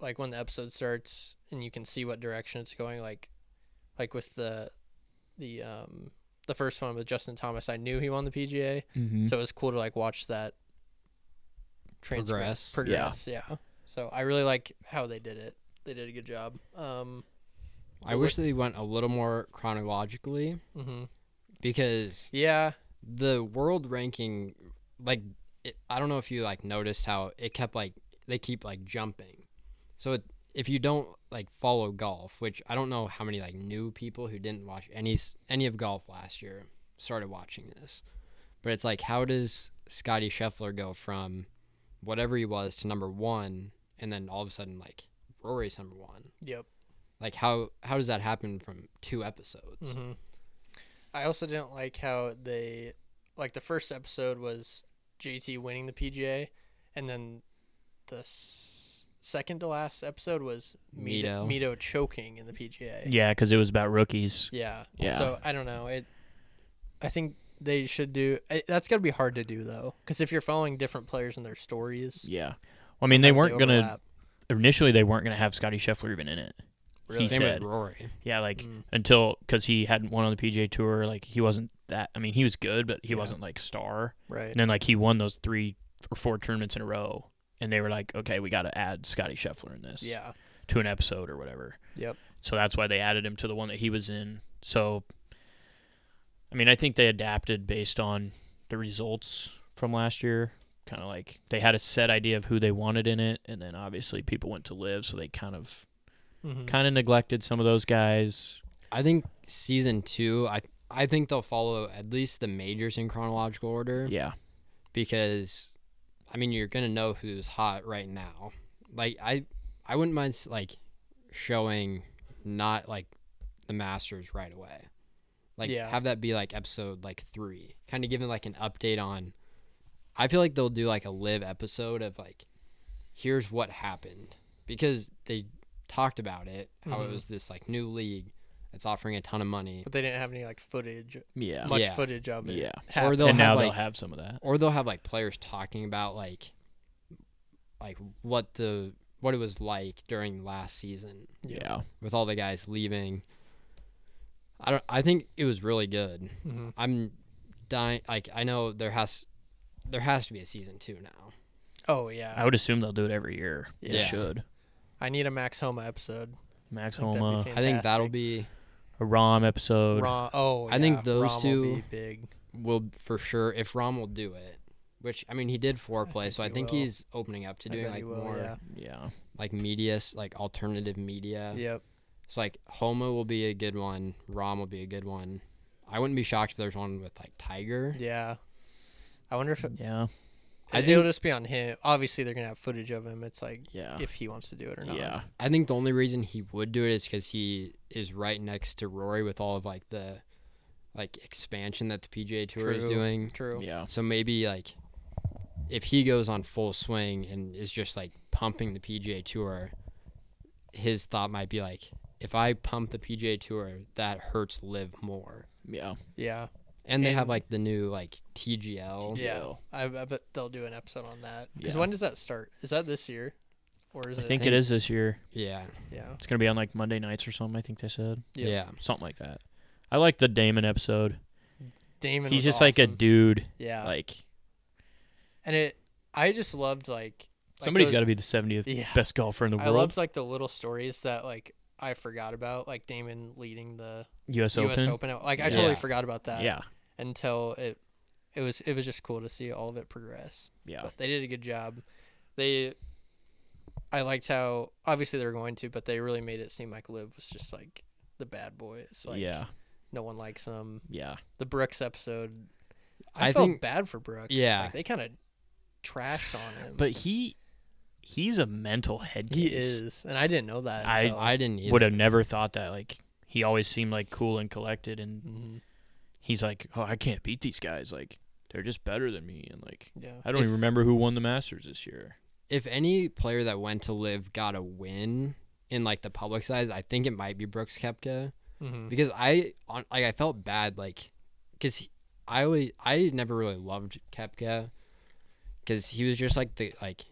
like, when the episode starts and you can see what direction it's going. Like, like with the, the um, the first one with Justin Thomas. I knew he won the PGA.
Mm-hmm.
So it was cool to like watch that transgress,
Progress.
progress. Yeah. So I really like how they did it. They did a good job. Um,
I wish they went a little more chronologically
mhm.
because
Yeah.
the world ranking like it, i don't know if you like noticed how it kept like they keep like jumping so it, if you don't like follow golf which i don't know how many like new people who didn't watch any s- any of golf last year started watching this but it's like how does scotty scheffler go from whatever he was to number one and then all of a sudden like rory's number one
Yep.
like how how does that happen from two episodes
Mm-hmm.
hmm I also didn't like how they, like the first episode was JT winning the PGA, and then the s- second to last episode was Mito
Mito.
Mito choking in the PGA.
Yeah, because it was about rookies.
Yeah.
Yeah.
So I don't know. It. I think they should do. I, that's got to be hard to do though, because if you're following different players and their stories,
Yeah. Well, I mean, they
Sometimes
weren't gonna
overlap.
initially. They weren't gonna have Scotty Scheffler even in it.
Really?
He
Same
said,
with Rory.
yeah, like
Mm.
until because he hadn't won on the PGA Tour. Like he wasn't that. I mean, he was good, but he
Yeah.
wasn't like star.
right.
And then like he won those three or four tournaments in a row, and they were like, okay, we got to add Scotty Scheffler in this
Yeah.
to an episode or whatever.
Yep.
So that's why they added him to the one that he was in. So, I mean, I think they adapted based on the results from last year. Kind of like they had a set idea of who they wanted in it, and then obviously people went to live, so they kind of
Mhm.
kind of neglected some of those guys.
I think season two. I I think they'll follow at least the majors in chronological order
Yeah,
because, I mean, you're gonna know who's hot right now. Like I, I wouldn't mind s- like showing not like the Masters right away. Like
Yeah.
have that be like episode like three, kind of giving like an update on. I feel like they'll do like a live episode of like, here's what happened because they talked about it how
Mhm.
it was this like new league that's offering a ton of money
But they didn't have any like footage,
Oh, yeah,
much
Yeah.
footage of it.
Yeah.
happening. <laughs>
Or they'll
and now
have
they'll
like
have some of that.
or they'll have like players talking about like like what the what it was like during last season
Yeah.
yeah.
with all the guys leaving. I don't I think it was really good.
Mm-hmm.
Mhm.
I'm dying like I know there has there has to be a season 2 now.
Oh yeah.
I would assume they'll do it every year. They
Yeah.
should.
I need a Max Homa episode.
Max
I think that'd be
Homa,
I think that'll
fantastic.
be
a Rom episode.
Ron, oh,
I think
yeah,
those
Ron will
two-
be big.
will for sure if Rom will do it, which I mean he did foreplay,
think
so I
he
think
will.
he's opening up to
I
doing
bet he
like
will,
more
yeah.
Yeah.
like media, s- like alternative media.
Yep.
So like Homa will be a good one. Rom will be a good one. I wouldn't be shocked if there's one with like Tiger.
Yeah. I wonder if it,
Yeah.
I
it- it'll just be on him. Obviously, they're gonna have footage of him. It's like
Yeah.
if he wants to do it or not.
Yeah.
I think the only reason he would do it is because he is right next to Rory with all of like the like expansion that the PGA Tour is
True.
doing.
True.
Yeah.
So maybe like if he goes on full swing and is just like pumping the PGA Tour, his thought might be like, if I pump the PGA Tour, that hurts Live more.
Yeah.
Yeah.
And they have
And-
like the new like TGL.
Yeah. I, I bet they'll do an episode on that. Because
Yeah.
when does that start? Is that this year? Or is
I
it?
think it is this year.
Yeah.
Yeah.
It's gonna be on like Monday nights or something. I think they said
Yeah.
Yeah.
something like that. I like the Damon episode.
Damon.
He's
was
just like a
awesome.
dude.
Yeah.
Like
and it. I just loved like. like
somebody's
those-
got to be the 70th
Yeah.
best golfer in the
I
world.
loved like the little stories that like I forgot about, like Damon leading the
U.S. Open.
U.S. Open. Like I totally
Yeah.
forgot about that.
Yeah.
Until it, it was it was just cool to see all of it progress.
Yeah.
But they did a good job. They, I liked how obviously they were going to, but they really made it seem like Liv was just like the bad boy. It's like
yeah.
no one likes him.
Yeah.
The Brooks episode, I,
I
felt
think-
bad for Brooks.
Yeah.
Like, they kind of trashed on him.
But he, he's a mental head.
he
case.
is, and I didn't know that.
I-
until-
I didn't either.
Would have never thought that. Like he always seemed like cool and collected, and
Mhm.
he's like, oh, I can't beat these guys. Like they're just better than me, and like
Yeah.
I don't even
If-
remember who won the Masters this year.
if any player that went to live got a win in like the public size, I think it might be Brooks Kepka
Mm-hmm.
Mhm.
because I on like I felt bad like because I always I never really loved Kepka because he was just like the like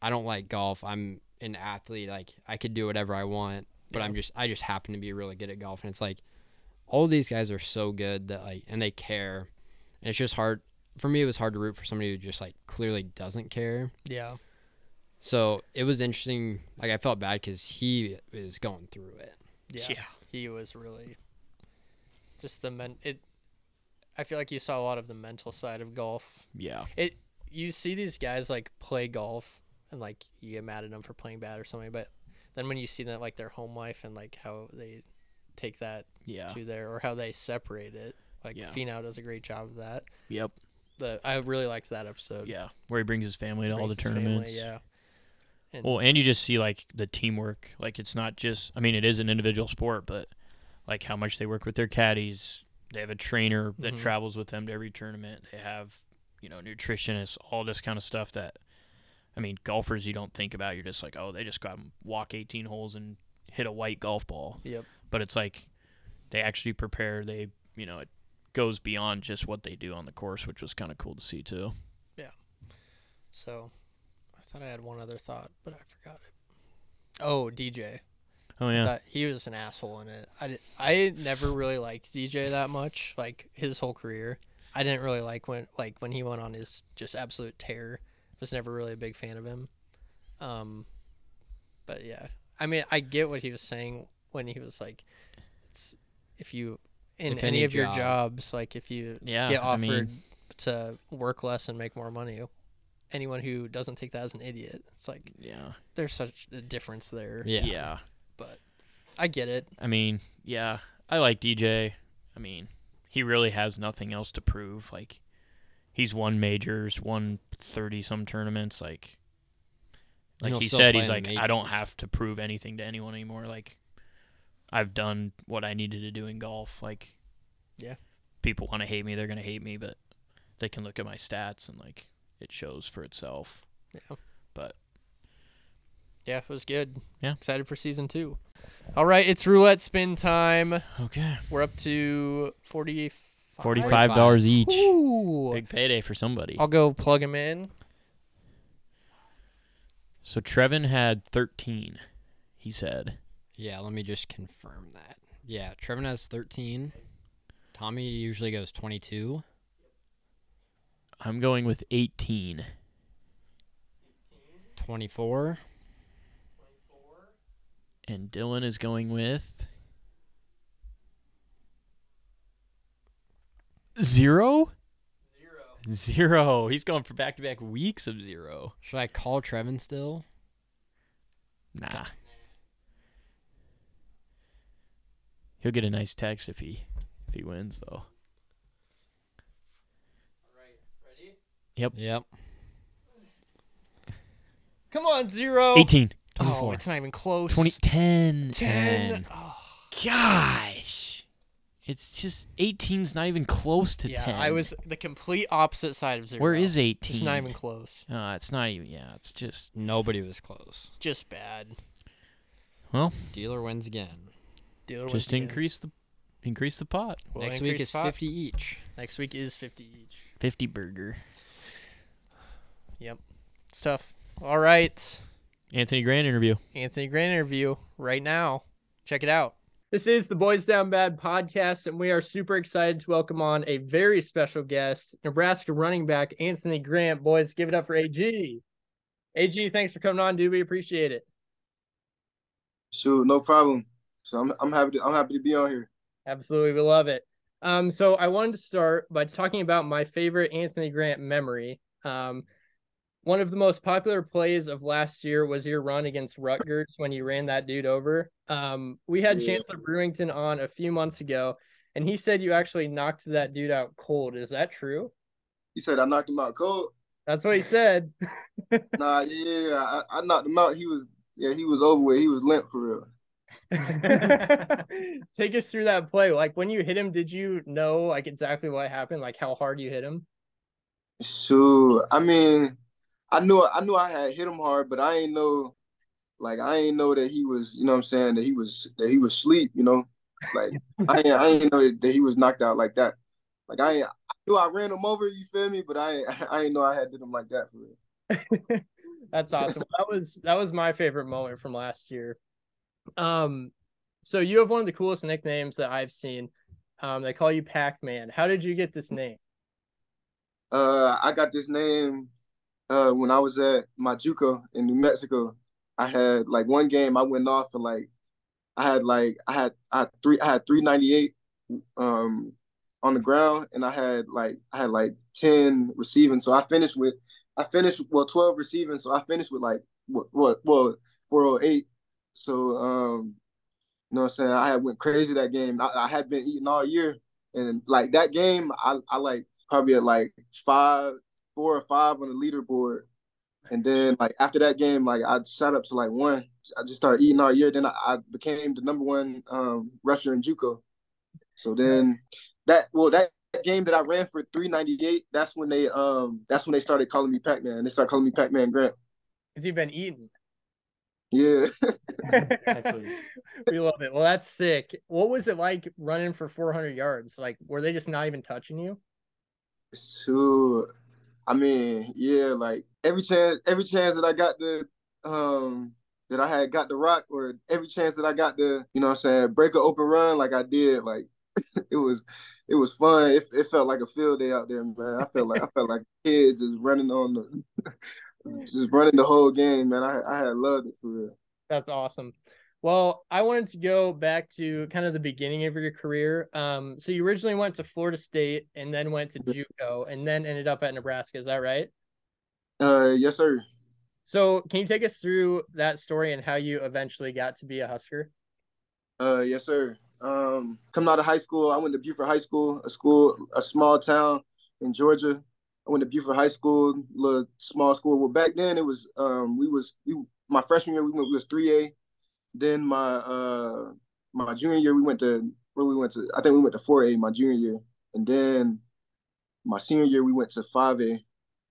I don't like golf. I'm an athlete. Like I could do whatever I want, but I'm just I just happen to be really good at golf, and it's like all these guys are so good that like and they care, and it's just hard for me. It was hard to root for somebody who just like clearly doesn't care.
Yeah.
So it was interesting. Like I felt bad because he is going through it.
Yeah. He was really just the men it I feel like you saw a lot of the mental side of golf.
Yeah.
You see these guys like play golf and like you get mad at them for playing bad or something, but then when you see them like their home life and like how they take that
Yeah.
to their or how they separate it. Like
Yeah.
Finau does a great job of that.
Yep.
The I really liked that episode.
Yeah. Where he brings his family to all the
Brings his family,
tournaments.
yeah. And
Well, and you just see like the teamwork. Like it's not just. I mean, it is an individual sport, but like how much they work with their caddies. They have a trainer that
Mhm.
travels with them to every tournament. They have, you know, nutritionists, all this kind of stuff that, I mean, golfers you don't think about. You're just like, oh, they just go out and walk 18 holes and hit a white golf ball.
Yep.
But it's like they actually prepare. They, you know, it goes beyond just what they do on the course, which was kind of cool to see too.
So I thought I had one other thought, but I forgot it. Oh, DJ.
Oh yeah.
Thought he was an asshole in it. I, di- I never really liked DJ that much, like his whole career. I didn't really like when like when he went on his just absolute tear. Was never really a big fan of him. Um but yeah. I mean, I get what he was saying when he was like it's if you in
If
any,
any
of your
job-
jobs, like if you
yeah.
get
I
offered
mean,
to work less and make more money, anyone who doesn't take that as an idiot. It's like
yeah.
there's such a difference there.
Yeah.
Yeah.
I get it.
I mean, yeah. I like DJ. I mean, he really has nothing else to prove. Like, he's won majors, won thirty some tournaments. Like,
And
like
he'll
he
still
said,
play
he's
in
like,
the
I don't
majors."
have to prove anything to anyone anymore. Like, I've done what I needed to do in golf. Like,
Yeah.
people want to hate me, they're gonna hate me, but they can look at my stats and like it shows for itself.
Yeah.
But-
Yeah, it was good.
Yeah.
Excited for season two. All right, it's roulette spin time.
Okay,
We're up to forty
forty five dollars each.
Ooh.
Big payday for somebody.
I'll go plug him in.
So Trevin had 13, he said.
Yeah, let me just confirm that. Yeah, Trevin has 13. Tommy usually goes 22.
I'm going with 18.
24.
And Dylan is going with. Zero? Zero. He's going for back to back weeks of zero.
Should I call Trevin still?
Nah. He'll get a nice text if he if he wins though.
Yep.
Come on, zero.
18,
Oh,
24,
it's not even close.
20, 10.
Ten.
10.
Oh,
Gosh. It's just 18's not even close to
yeah,
10.
I was the complete opposite side of zero.
Where is 18?
It's not even close.
Uh, it's not even. Yeah, it's just.
Nobody was close.
Just bad.
Dealer wins again.
Dealer wins
just
again.
increase the, increase the pot.
We'll
Next week
increase
is
five.
50 each.
Next week is fifty each.
50 burger.
It's tough. All right.
Anthony Grant interview.
Anthony Grant interview right now. Check it out. This is the Boys Down Bad podcast, and we are super excited to welcome on a very special guest, Nebraska running back Anthony Grant. Boys, give it up for AG. AG, thanks for coming on, dude. We appreciate it.
Shoot, no problem. So I'm I'm happy to, I'm happy to be on here.
Absolutely, we love it. Um, so I wanted to start by talking about my favorite Anthony Grant memory. Um, one of the most popular plays of last year was your run against Rutgers when you ran that dude over. Um, we had
Yeah.
Chancellor Brewington on a few months ago, and he said you actually knocked that dude out cold. Is that true?
He said I knocked him out cold.
That's what he said. <laughs>
Nah, yeah, I, I knocked him out. He was yeah, he was over with. He was limp for real.
Take us through that play. Like when you hit him, did you know like exactly what happened? Like how hard you hit him?
Shoot, I mean, I knew I knew I had hit him hard, but I ain't know, like I ain't know that he was, you know, what I'm saying that he was that he was sleep, you know, like I ain't, I ain't know that he was knocked out like that. Like I, ain't, I knew I ran him over. You feel me? But I <laughs> ain't, I ain't know I had did him like that for real.
<laughs> That's awesome. that was that was my favorite moment from last year. Um, so you have one of the coolest nicknames that I've seen. Um, they call you Pac Man. How did you get this name?
Uh, I got this name uh, when I was at my JUCO in New Mexico. I had like one game I went off for like I had like I had I had three I had three ninety eight um on the ground and I had like I had like ten receiving. So I finished with I finished well twelve receiving. So I finished with like what what well four oh eight. So um you know what I'm saying I had went crazy that game. I, I had been eating all year and like that game I I like probably at like five, four or five on the leaderboard. And then like after that game, like I shot up to like one. I just started eating all year. Then I, I became the number one um, rusher in JUCO. So then that well that, that game that I ran for three ninety eight. That's when they um that's when they started calling me Pac Man. They started calling me Pac Man Grant.
Because you've been eating.
Yeah.
actually-
<laughs> we love it. Well, that's sick. What was it like running for 400 yards? Like, were they just not even touching you?
So I mean, yeah, like every chance, every chance that I got to, um, that I had got to rock, or every chance that I got to, you know, what I'm saying, break an open run, like I did, like <laughs> it was, it was fun. It, it felt like a field day out there, man. I felt like I felt like a kid just running on the, <laughs> just running the whole game, man. I I had loved it for real.
That's awesome. Well, I wanted to go back to kind of the beginning of your career. Um, so you originally went to Florida State and then went to JUCO and then ended up at Nebraska. Is that right?
Uh, yes, sir.
So can you take us through that story and how you eventually got to be a Husker?
Uh, yes, sir. Um, coming out of high school, I went to Buford High School, a school, a small town in Georgia. I went to Buford High School, little small school. Well, back then it was um, we was we my freshman year we went we was three A. Then my uh my junior year we went to where we went to I think we went to four A my junior year, and then my senior year we went to five A,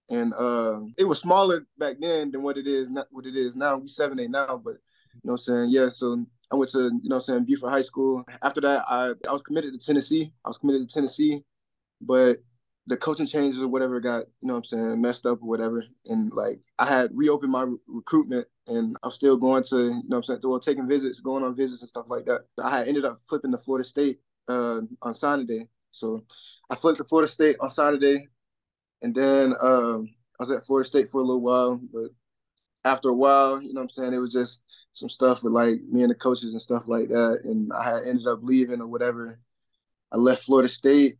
and uh, it was smaller back then than what it is not what it is now. We seven A now, but you know what I'm saying yeah. So I went to you know what I'm saying Buford High School. After that I I was committed to Tennessee. I was committed to Tennessee, but the coaching changes or whatever got, you know what I'm saying, messed up or whatever. And like I had reopened my re- recruitment and I'm still going to, you know what I'm saying, well, taking visits, going on visits and stuff like that. I had ended up flipping to Florida State uh, on signing day. So I flipped to Florida State on signing day. And then um, I was at Florida State for a little while. But after a while, you know what I'm saying, it was just some stuff with like me and the coaches and stuff like that. And I had ended up leaving or whatever. I left Florida State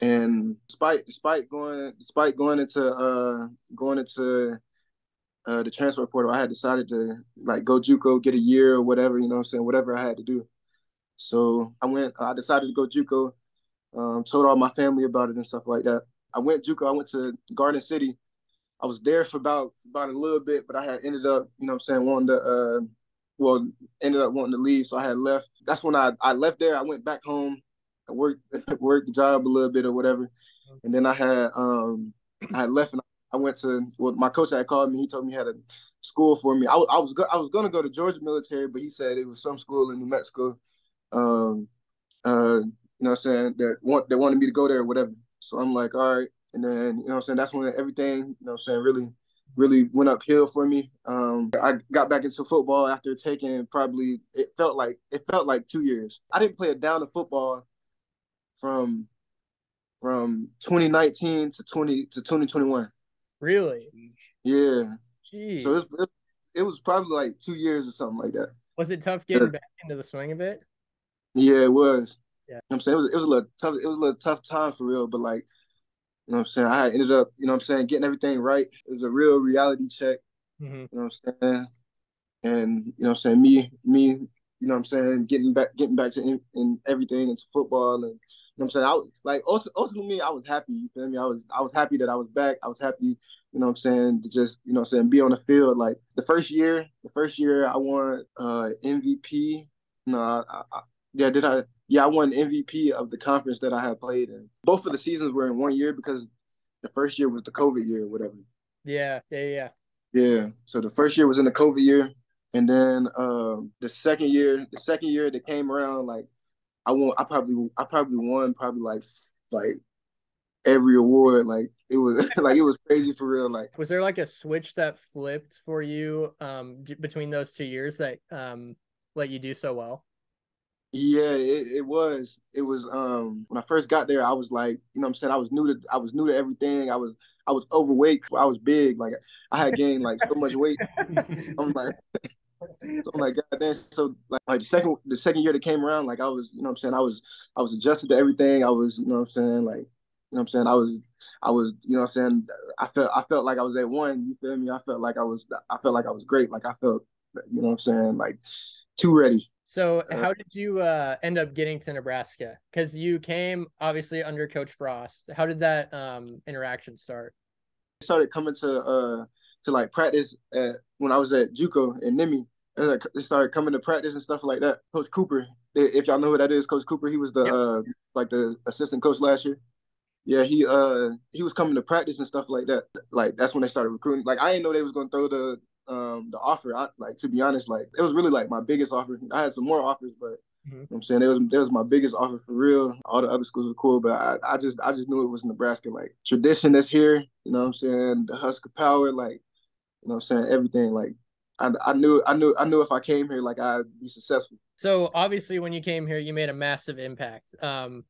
and despite despite going despite going into uh going into uh the transfer portal, I had decided to like go JUCO, get a year or whatever, you know what I'm saying, whatever I had to do. So I went I decided to go JUCO, um, told all my family about it and stuff like that. I went JUCO, I went to Garden City. I was there for about about a little bit, but I had ended up, you know what I'm saying, wanting to uh well, ended up wanting to leave, so I had left. That's when I, I left there. I went back home I worked <laughs> worked the job a little bit or whatever, and then I had um I had left and I went to well my coach had called me. He told me he had a school for me. I, I was go, I was gonna go to Georgia military, but he said it was some school in New Mexico, um, uh, you know what I'm saying that want they wanted me to go there or whatever. So I'm like, all right, and then you know what I'm saying that's when everything you know what I'm saying really really went uphill for me. Um, I got back into football after taking probably it felt like it felt like two years. I didn't play a down of football from from 2019 to 20 to 2021.
Really?
Yeah.
Jeez.
So it was, it was probably like two years or something like that.
was it tough getting back into the swing of it?
Yeah, it was.
Yeah.
You know what I'm saying it was, it was a little tough. It was a little tough time for real, but like, you know what I'm saying. I ended up, you know what I'm saying, getting everything right. It was a real reality check.
Mm-hmm.
You know what I'm saying. And you know what I'm saying. Me, me, you know what I'm saying, getting back getting back to in, in everything into football and you know what I'm saying. I was like ulti- ultimately I was happy, you feel me? I was I was happy that I was back. I was happy, you know what I'm saying, to just, you know what I'm saying, be on the field. Like the first year, the first year I won uh MVP. No, I, I, I- yeah, did I yeah, I won MVP of the conference that I had played in. Both of the seasons were in one year because the first year was the COVID year or whatever.
Yeah, yeah, yeah.
Yeah. So the first year was in the COVID year, and then um, the second year, the second year that came around, like I won, I probably, I probably won probably like like every award. Like it was <laughs> like it was crazy for real. Like
Was there like a switch that flipped for you um j- between those two years that um let you do so well?
yeah, it, it was. It was um when I first got there, I was like, you know what I'm saying? I was new to I was new to everything. I was I was overweight. I was big. Like I had gained like so much weight. I'm like, <laughs> so I'm like, God damn. So like, like the second the second year that came around, like I was, you know what I'm saying, I was I was adjusted to everything. I was, you know what I'm saying, like, you know what I'm saying, I was I was, you know what I'm saying, I felt I felt like I was at one, you feel me? I felt like I was I felt like I was great. Like I felt you know what I'm saying, like too ready.
So
Uh,
how did you uh end up getting to Nebraska? Because you came obviously under Coach Frost. How did that um interaction start?
I started coming to uh to like practice at when I was at JUCO and NIMI. And, like, They started coming to practice and stuff like that. Coach Cooper, i- if y'all know who that is, Coach Cooper, he was the
Yep.
uh like the assistant coach last year. Yeah, he uh he was coming to practice and stuff like that. Like that's when they started recruiting. Like I didn't know they was gonna throw the um the offer. I, like to be honest, like it was really like my biggest offer. I had some more offers, but You know what I'm saying it was that was my biggest offer for real. All the other schools were cool, but I, I just I just knew it was Nebraska. Like tradition that's here, you know what I'm saying? The Husker power, like you know what I'm saying, everything. Like I, I knew I knew I knew if I came here like I'd be successful.
So obviously, when you came here, you made a massive impact. Um,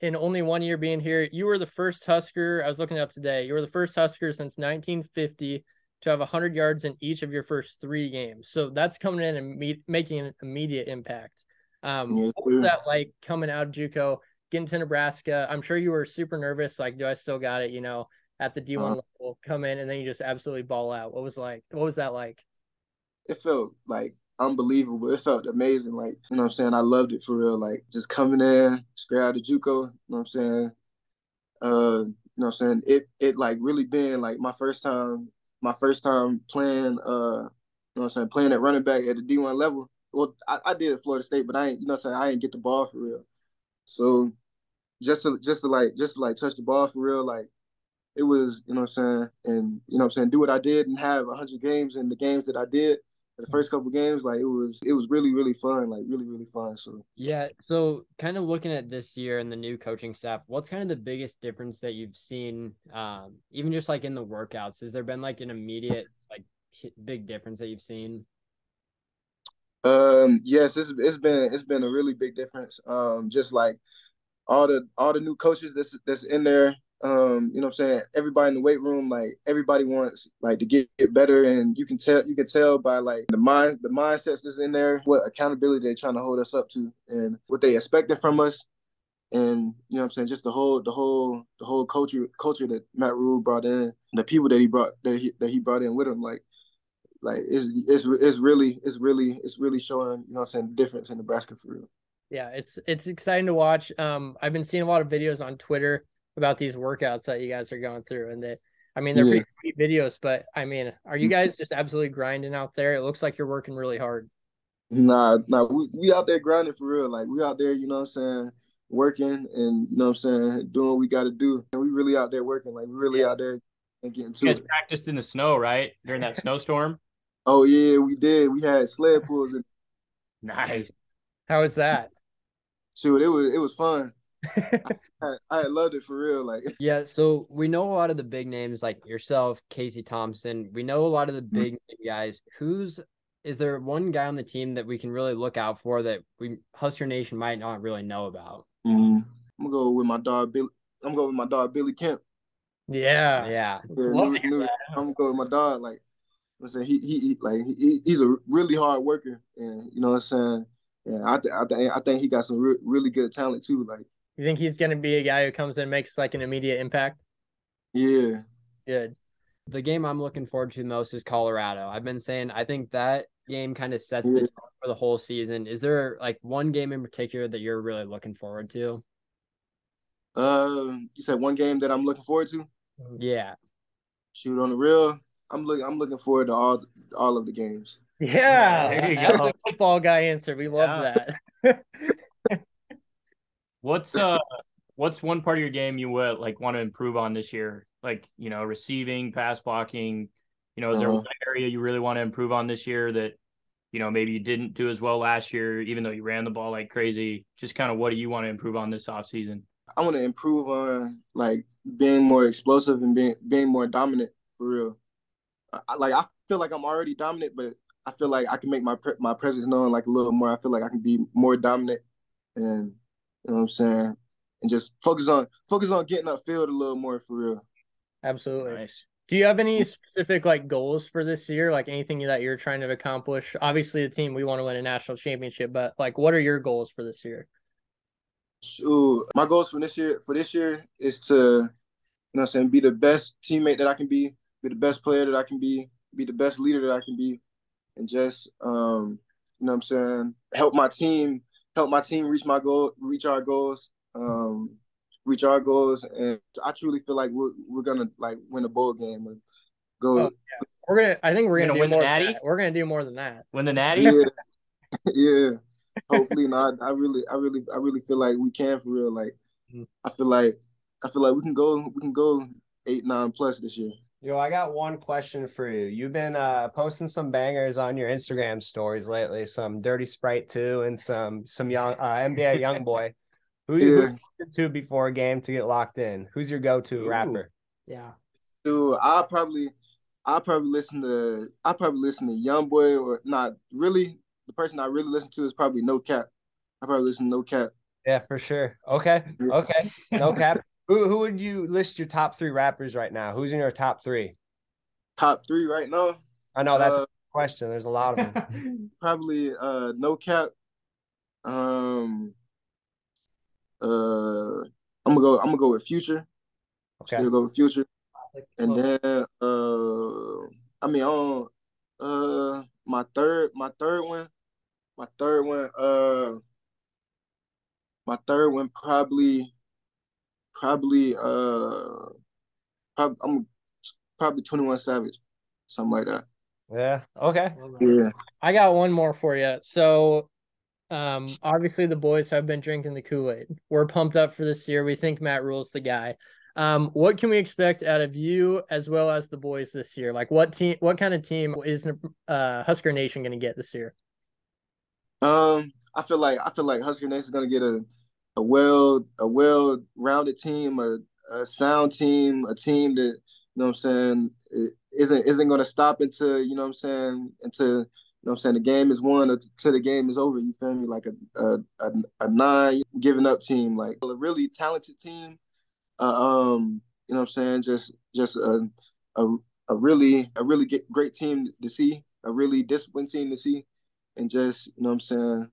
in only one year being here, you were the first Husker. I was looking it up today. You were the first Husker since 1950 to have 100 yards in each of your first three games. So that's coming in and me- making an immediate impact. Um,
Yes,
what was
sir.
that like coming out of JUCO, getting to Nebraska? I'm sure you were super nervous. Like, do I still got it? You know, at the D1
Uh-huh.
level, come in and then you just absolutely ball out. What was like? What was that like?
it felt like unbelievable. It felt amazing. Like, you know what I'm saying? I loved it for real. Like just coming in, straight out of JUCO, you know what I'm saying? Uh, you know what I'm saying? It it like really being like my first time my first time playing uh you know what I'm saying, playing at running back at the D one level. Well, I, I did at Florida State, but I ain't you know what I'm saying, I ain't get the ball for real. So just to just to like just to like touch the ball for real, like it was, you know what I'm saying, and you know what I'm saying, do what I did and have hundred games and the games that I did, the first couple games, like it was it was really, really fun, like really, really fun. So
Yeah. So, kind of looking at this year and the new coaching staff, what's kind of the biggest difference that you've seen, um, even just like in the workouts? Has there been like an immediate, like, hi- big difference that you've seen?
um yes, it's it's been it's been a really big difference. Um just like all the all the new coaches that's that's in there, um, you know what I'm saying, everybody in the weight room, like everybody wants like to get, get better and you can tell you can tell by like the mind the mindsets that's in there, what accountability they're trying to hold us up to and what they expected from us. and you know what I'm saying just the whole the whole the whole culture culture that Matt Rule brought in the people that he brought that he that he brought in with him like like it's it's it's really it's really it's really showing you know what I'm saying the difference in Nebraska for real.
Yeah, it's it's exciting to watch. Um, I've been seeing a lot of videos on Twitter about these workouts that you guys are going through, and that I mean they're
Yeah.
pretty sweet videos. But I mean, are you guys just absolutely grinding out there? It looks like you're working really hard.
Nah, nah, we, we out there grinding for real. Like we out there, you know what I'm saying, working and you know what I'm saying, doing what we gotta do. And we really out there working, like we really out there and getting to
You guys
it.
practiced in the snow, right? During that
<laughs>
snowstorm.
Oh yeah, we did. We had sled pulls and
Nice.
How is that?
shoot, it was it was fun. I, I loved it for real. Like
Yeah, so we know a lot of the big names like yourself, Casey Thompson. We know a lot of the big name guys. Who's is there one guy on the team that we can really look out for that we Husker Nation might not really know about?
Mm. I'm gonna go with my dog Billy. I'm going with my dog Billy Kemp.
Yeah,
Yeah.
Yeah,
Love
knew-
to hear
knew- I'm gonna go with my dog. Like I'm saying, he he he- like he, he's a really hard worker, and you know what I'm saying. And I th- I, th- I think he got some re- really good talent too. Like
you think he's gonna be a guy who comes in and makes like an immediate impact?
yeah,
Good.
The game I'm looking forward to most is Colorado. I've been saying I think that game kind of sets the
Yeah.
tone for the whole season. Is there like one game in particular that you're really looking forward to?
um, you said one game that I'm looking forward to.
Yeah.
Shoot on the real, I'm looking I'm looking forward to all all of the games.
Yeah,
There you
that's
go.
a football guy answer. We love that.
What's uh what's one part of your game you would like want to improve on this year? Like, you know, receiving, pass blocking, you know, is there
Uh-huh.
one area you really want to improve on this year that you know, maybe you didn't do as well last year, even though you ran the ball like crazy. Just kind of what do you want to improve on this offseason?
I want to improve on like being more explosive and being being more dominant for real. I, I- like I feel like I'm already dominant, but I feel like I can make my pre- my presence known like a little more. I feel like I can be more dominant, and you know what I'm saying, and just focus on focus on getting upfield a little more for real.
Absolutely.
Nice.
Do you have
Mm.
any specific like goals for this year? Like anything that you're trying to accomplish? Obviously, the team we want to win a national championship, but like, what are your goals for this year?
Ooh, my goals for this year for this year is to, you know, what I'm saying, be the best teammate that I can be, be the best player that I can be, be the best leader that I can be, and just, um, you know, what I'm saying, help my team, help my team reach my goal, reach our goals, um, reach our goals, and I truly feel like we're we're gonna like win a bowl game and go,
Oh, We're gonna. I think we're
You're
gonna,
gonna
do
win the
more. than
natty?
that. We're gonna do more than that.
Win the natty?
<laughs>
yeah, <laughs> yeah. Hopefully, and I, I really, I really, I really feel like we can for real. Like,
Mm-hmm.
Mhm.
I feel like, I feel like we can go, we can go eight, nine plus this year.
Yo, I got one question for you. You've been uh, posting some bangers on your Instagram stories lately, some Dirty Sprite too, and some some young uh, NBA
<laughs>
young boy. Who do you
Yeah.
who you listen to before a game to get locked in? Who's your go-to
Ooh.
rapper?
Yeah.
Dude, I probably, I probably listen to, I probably listen to YoungBoy or not really. The person I really listen to is probably No Cap. I probably listen to No Cap.
Yeah, for sure. Okay,
Yeah.
okay, no cap. Who who would you list your top three rappers right now? Who's in your top three?
Top three right now,
I know that's
Uh,
a question. There's a
<laughs>
lot of them.
probably uh No Cap. Um, uh, I'm gonna go. I'm gonna go with Future.
Okay,
Still go with Future. And then uh I mean on uh my third my third one my third one uh my third one probably probably uh prob- I'm probably 21 Savage something like that.
yeah, okay.
Yeah.
I got one more for you. So, um, obviously the boys have been drinking the Kool Aid. We're pumped up for this year. We think Matt rules the guy. Um, what can we expect out of you as well as the boys this year? Like, what team? What kind of team is uh, Husker Nation going to get this year?
Um I feel like I feel like Husker Nation is going to get a a well a well-rounded team a, a sound team a team that you know what I'm saying i- isn't isn't going to stop until you know what I'm saying until you know what I'm saying the game is won or till the game is over you feel me like a a a, a nine giving up team like a really talented team uh, um you know what I'm saying just just a a, a really a really ge- great team to see a really disciplined team to see and just you know what I'm saying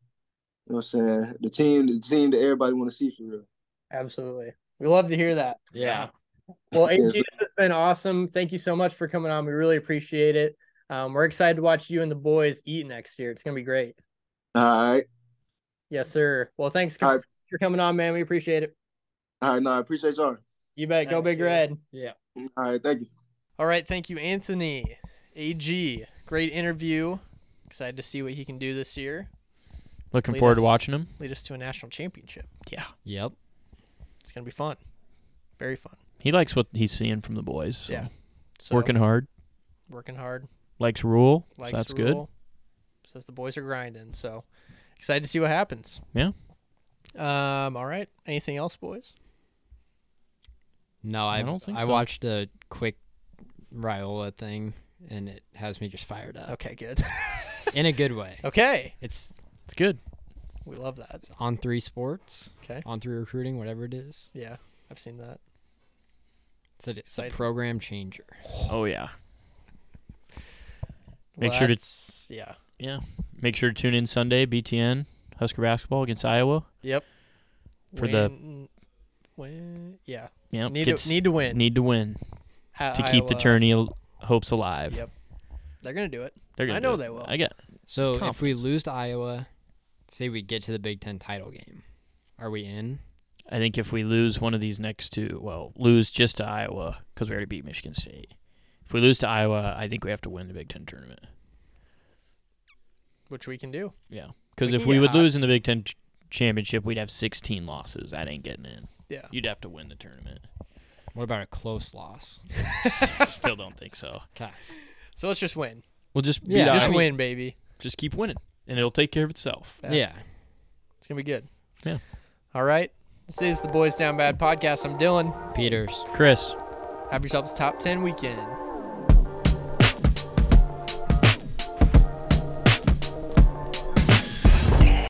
you know what I'm saying? The team, the team that everybody want to see for real.
Absolutely, we love to hear that.
Yeah.
Well, AT,
Yes.
this has been awesome. Thank you so much for coming on. We really appreciate it. Um, we're excited to watch you and the boys eat next year. It's going to be great.
All right.
Yes, sir. Well, thanks
All right.
for coming on, man. We appreciate it.
All right. No, I appreciate y'all.
You bet. Go
Thanks,
Big
dude.
Red.
All right. Thank you.
All right, thank you, Anthony. AG, great interview. Excited to see what he can do this year.
Looking
Lead
forward to
us.
watching him.
Lead us to a national championship.
Yep.
It's gonna be fun, very fun.
He likes what he's seeing from the boys. so
Yeah. So,
Working hard.
working hard.
Likes rule. so
Likes
that's
the rule. Says the boys are grinding. So excited to see what happens.
Yeah.
Um. All right. Anything else, boys?
No, I,
don't think
I
so.
watched a quick Riola thing, and it has me just fired up
Okay. Good. <laughs>
in a good way.
okay.
It's
good. It's good.
We love that.
on three sports.
Okay.
On three recruiting, whatever it is.
Yeah. I've seen that.
It's a, it's a
Exciting.
program changer.
Oh yeah. Make sure to-
That's- Yeah.
Make sure to tune in Sunday, BTN, Husker basketball against Iowa. For the-
Win- win. Yeah.
Yeah.
need to need to win
need to win
at
to keep the
Iowa.
tourney al- hopes alive.
Yep. They're gonna do it.
They're gonna
I know
do it.
they will.
I got
So if we lose to Iowa, say we get to the Big Ten title game, are we in?
I think if we lose one of these next two, well, lose just to Iowa because we already beat Michigan State. If we lose to Iowa, I think we have to win the Big Ten tournament.
which we can do.
Because
We
if
can
we
get
would
hot.
lose in the Big Ten ch- championship, we'd have 16 losses. That ain't getting in.
Yeah.
You'd have to win the
<laughs>
tournament.
What about a close loss?
Still don't think so.
Okay.
So let's just win.
We'll just beat
Yeah,
Iowa.
just
Just,
win, baby.
keep winning, and it'll take care of itself.
Yeah.
yeah.
It's gonna be good.
Yeah.
All right. This is the Boys Down Bad podcast. I'm Dylan.
Peters.
Chris,
Have yourselves a top ten weekend.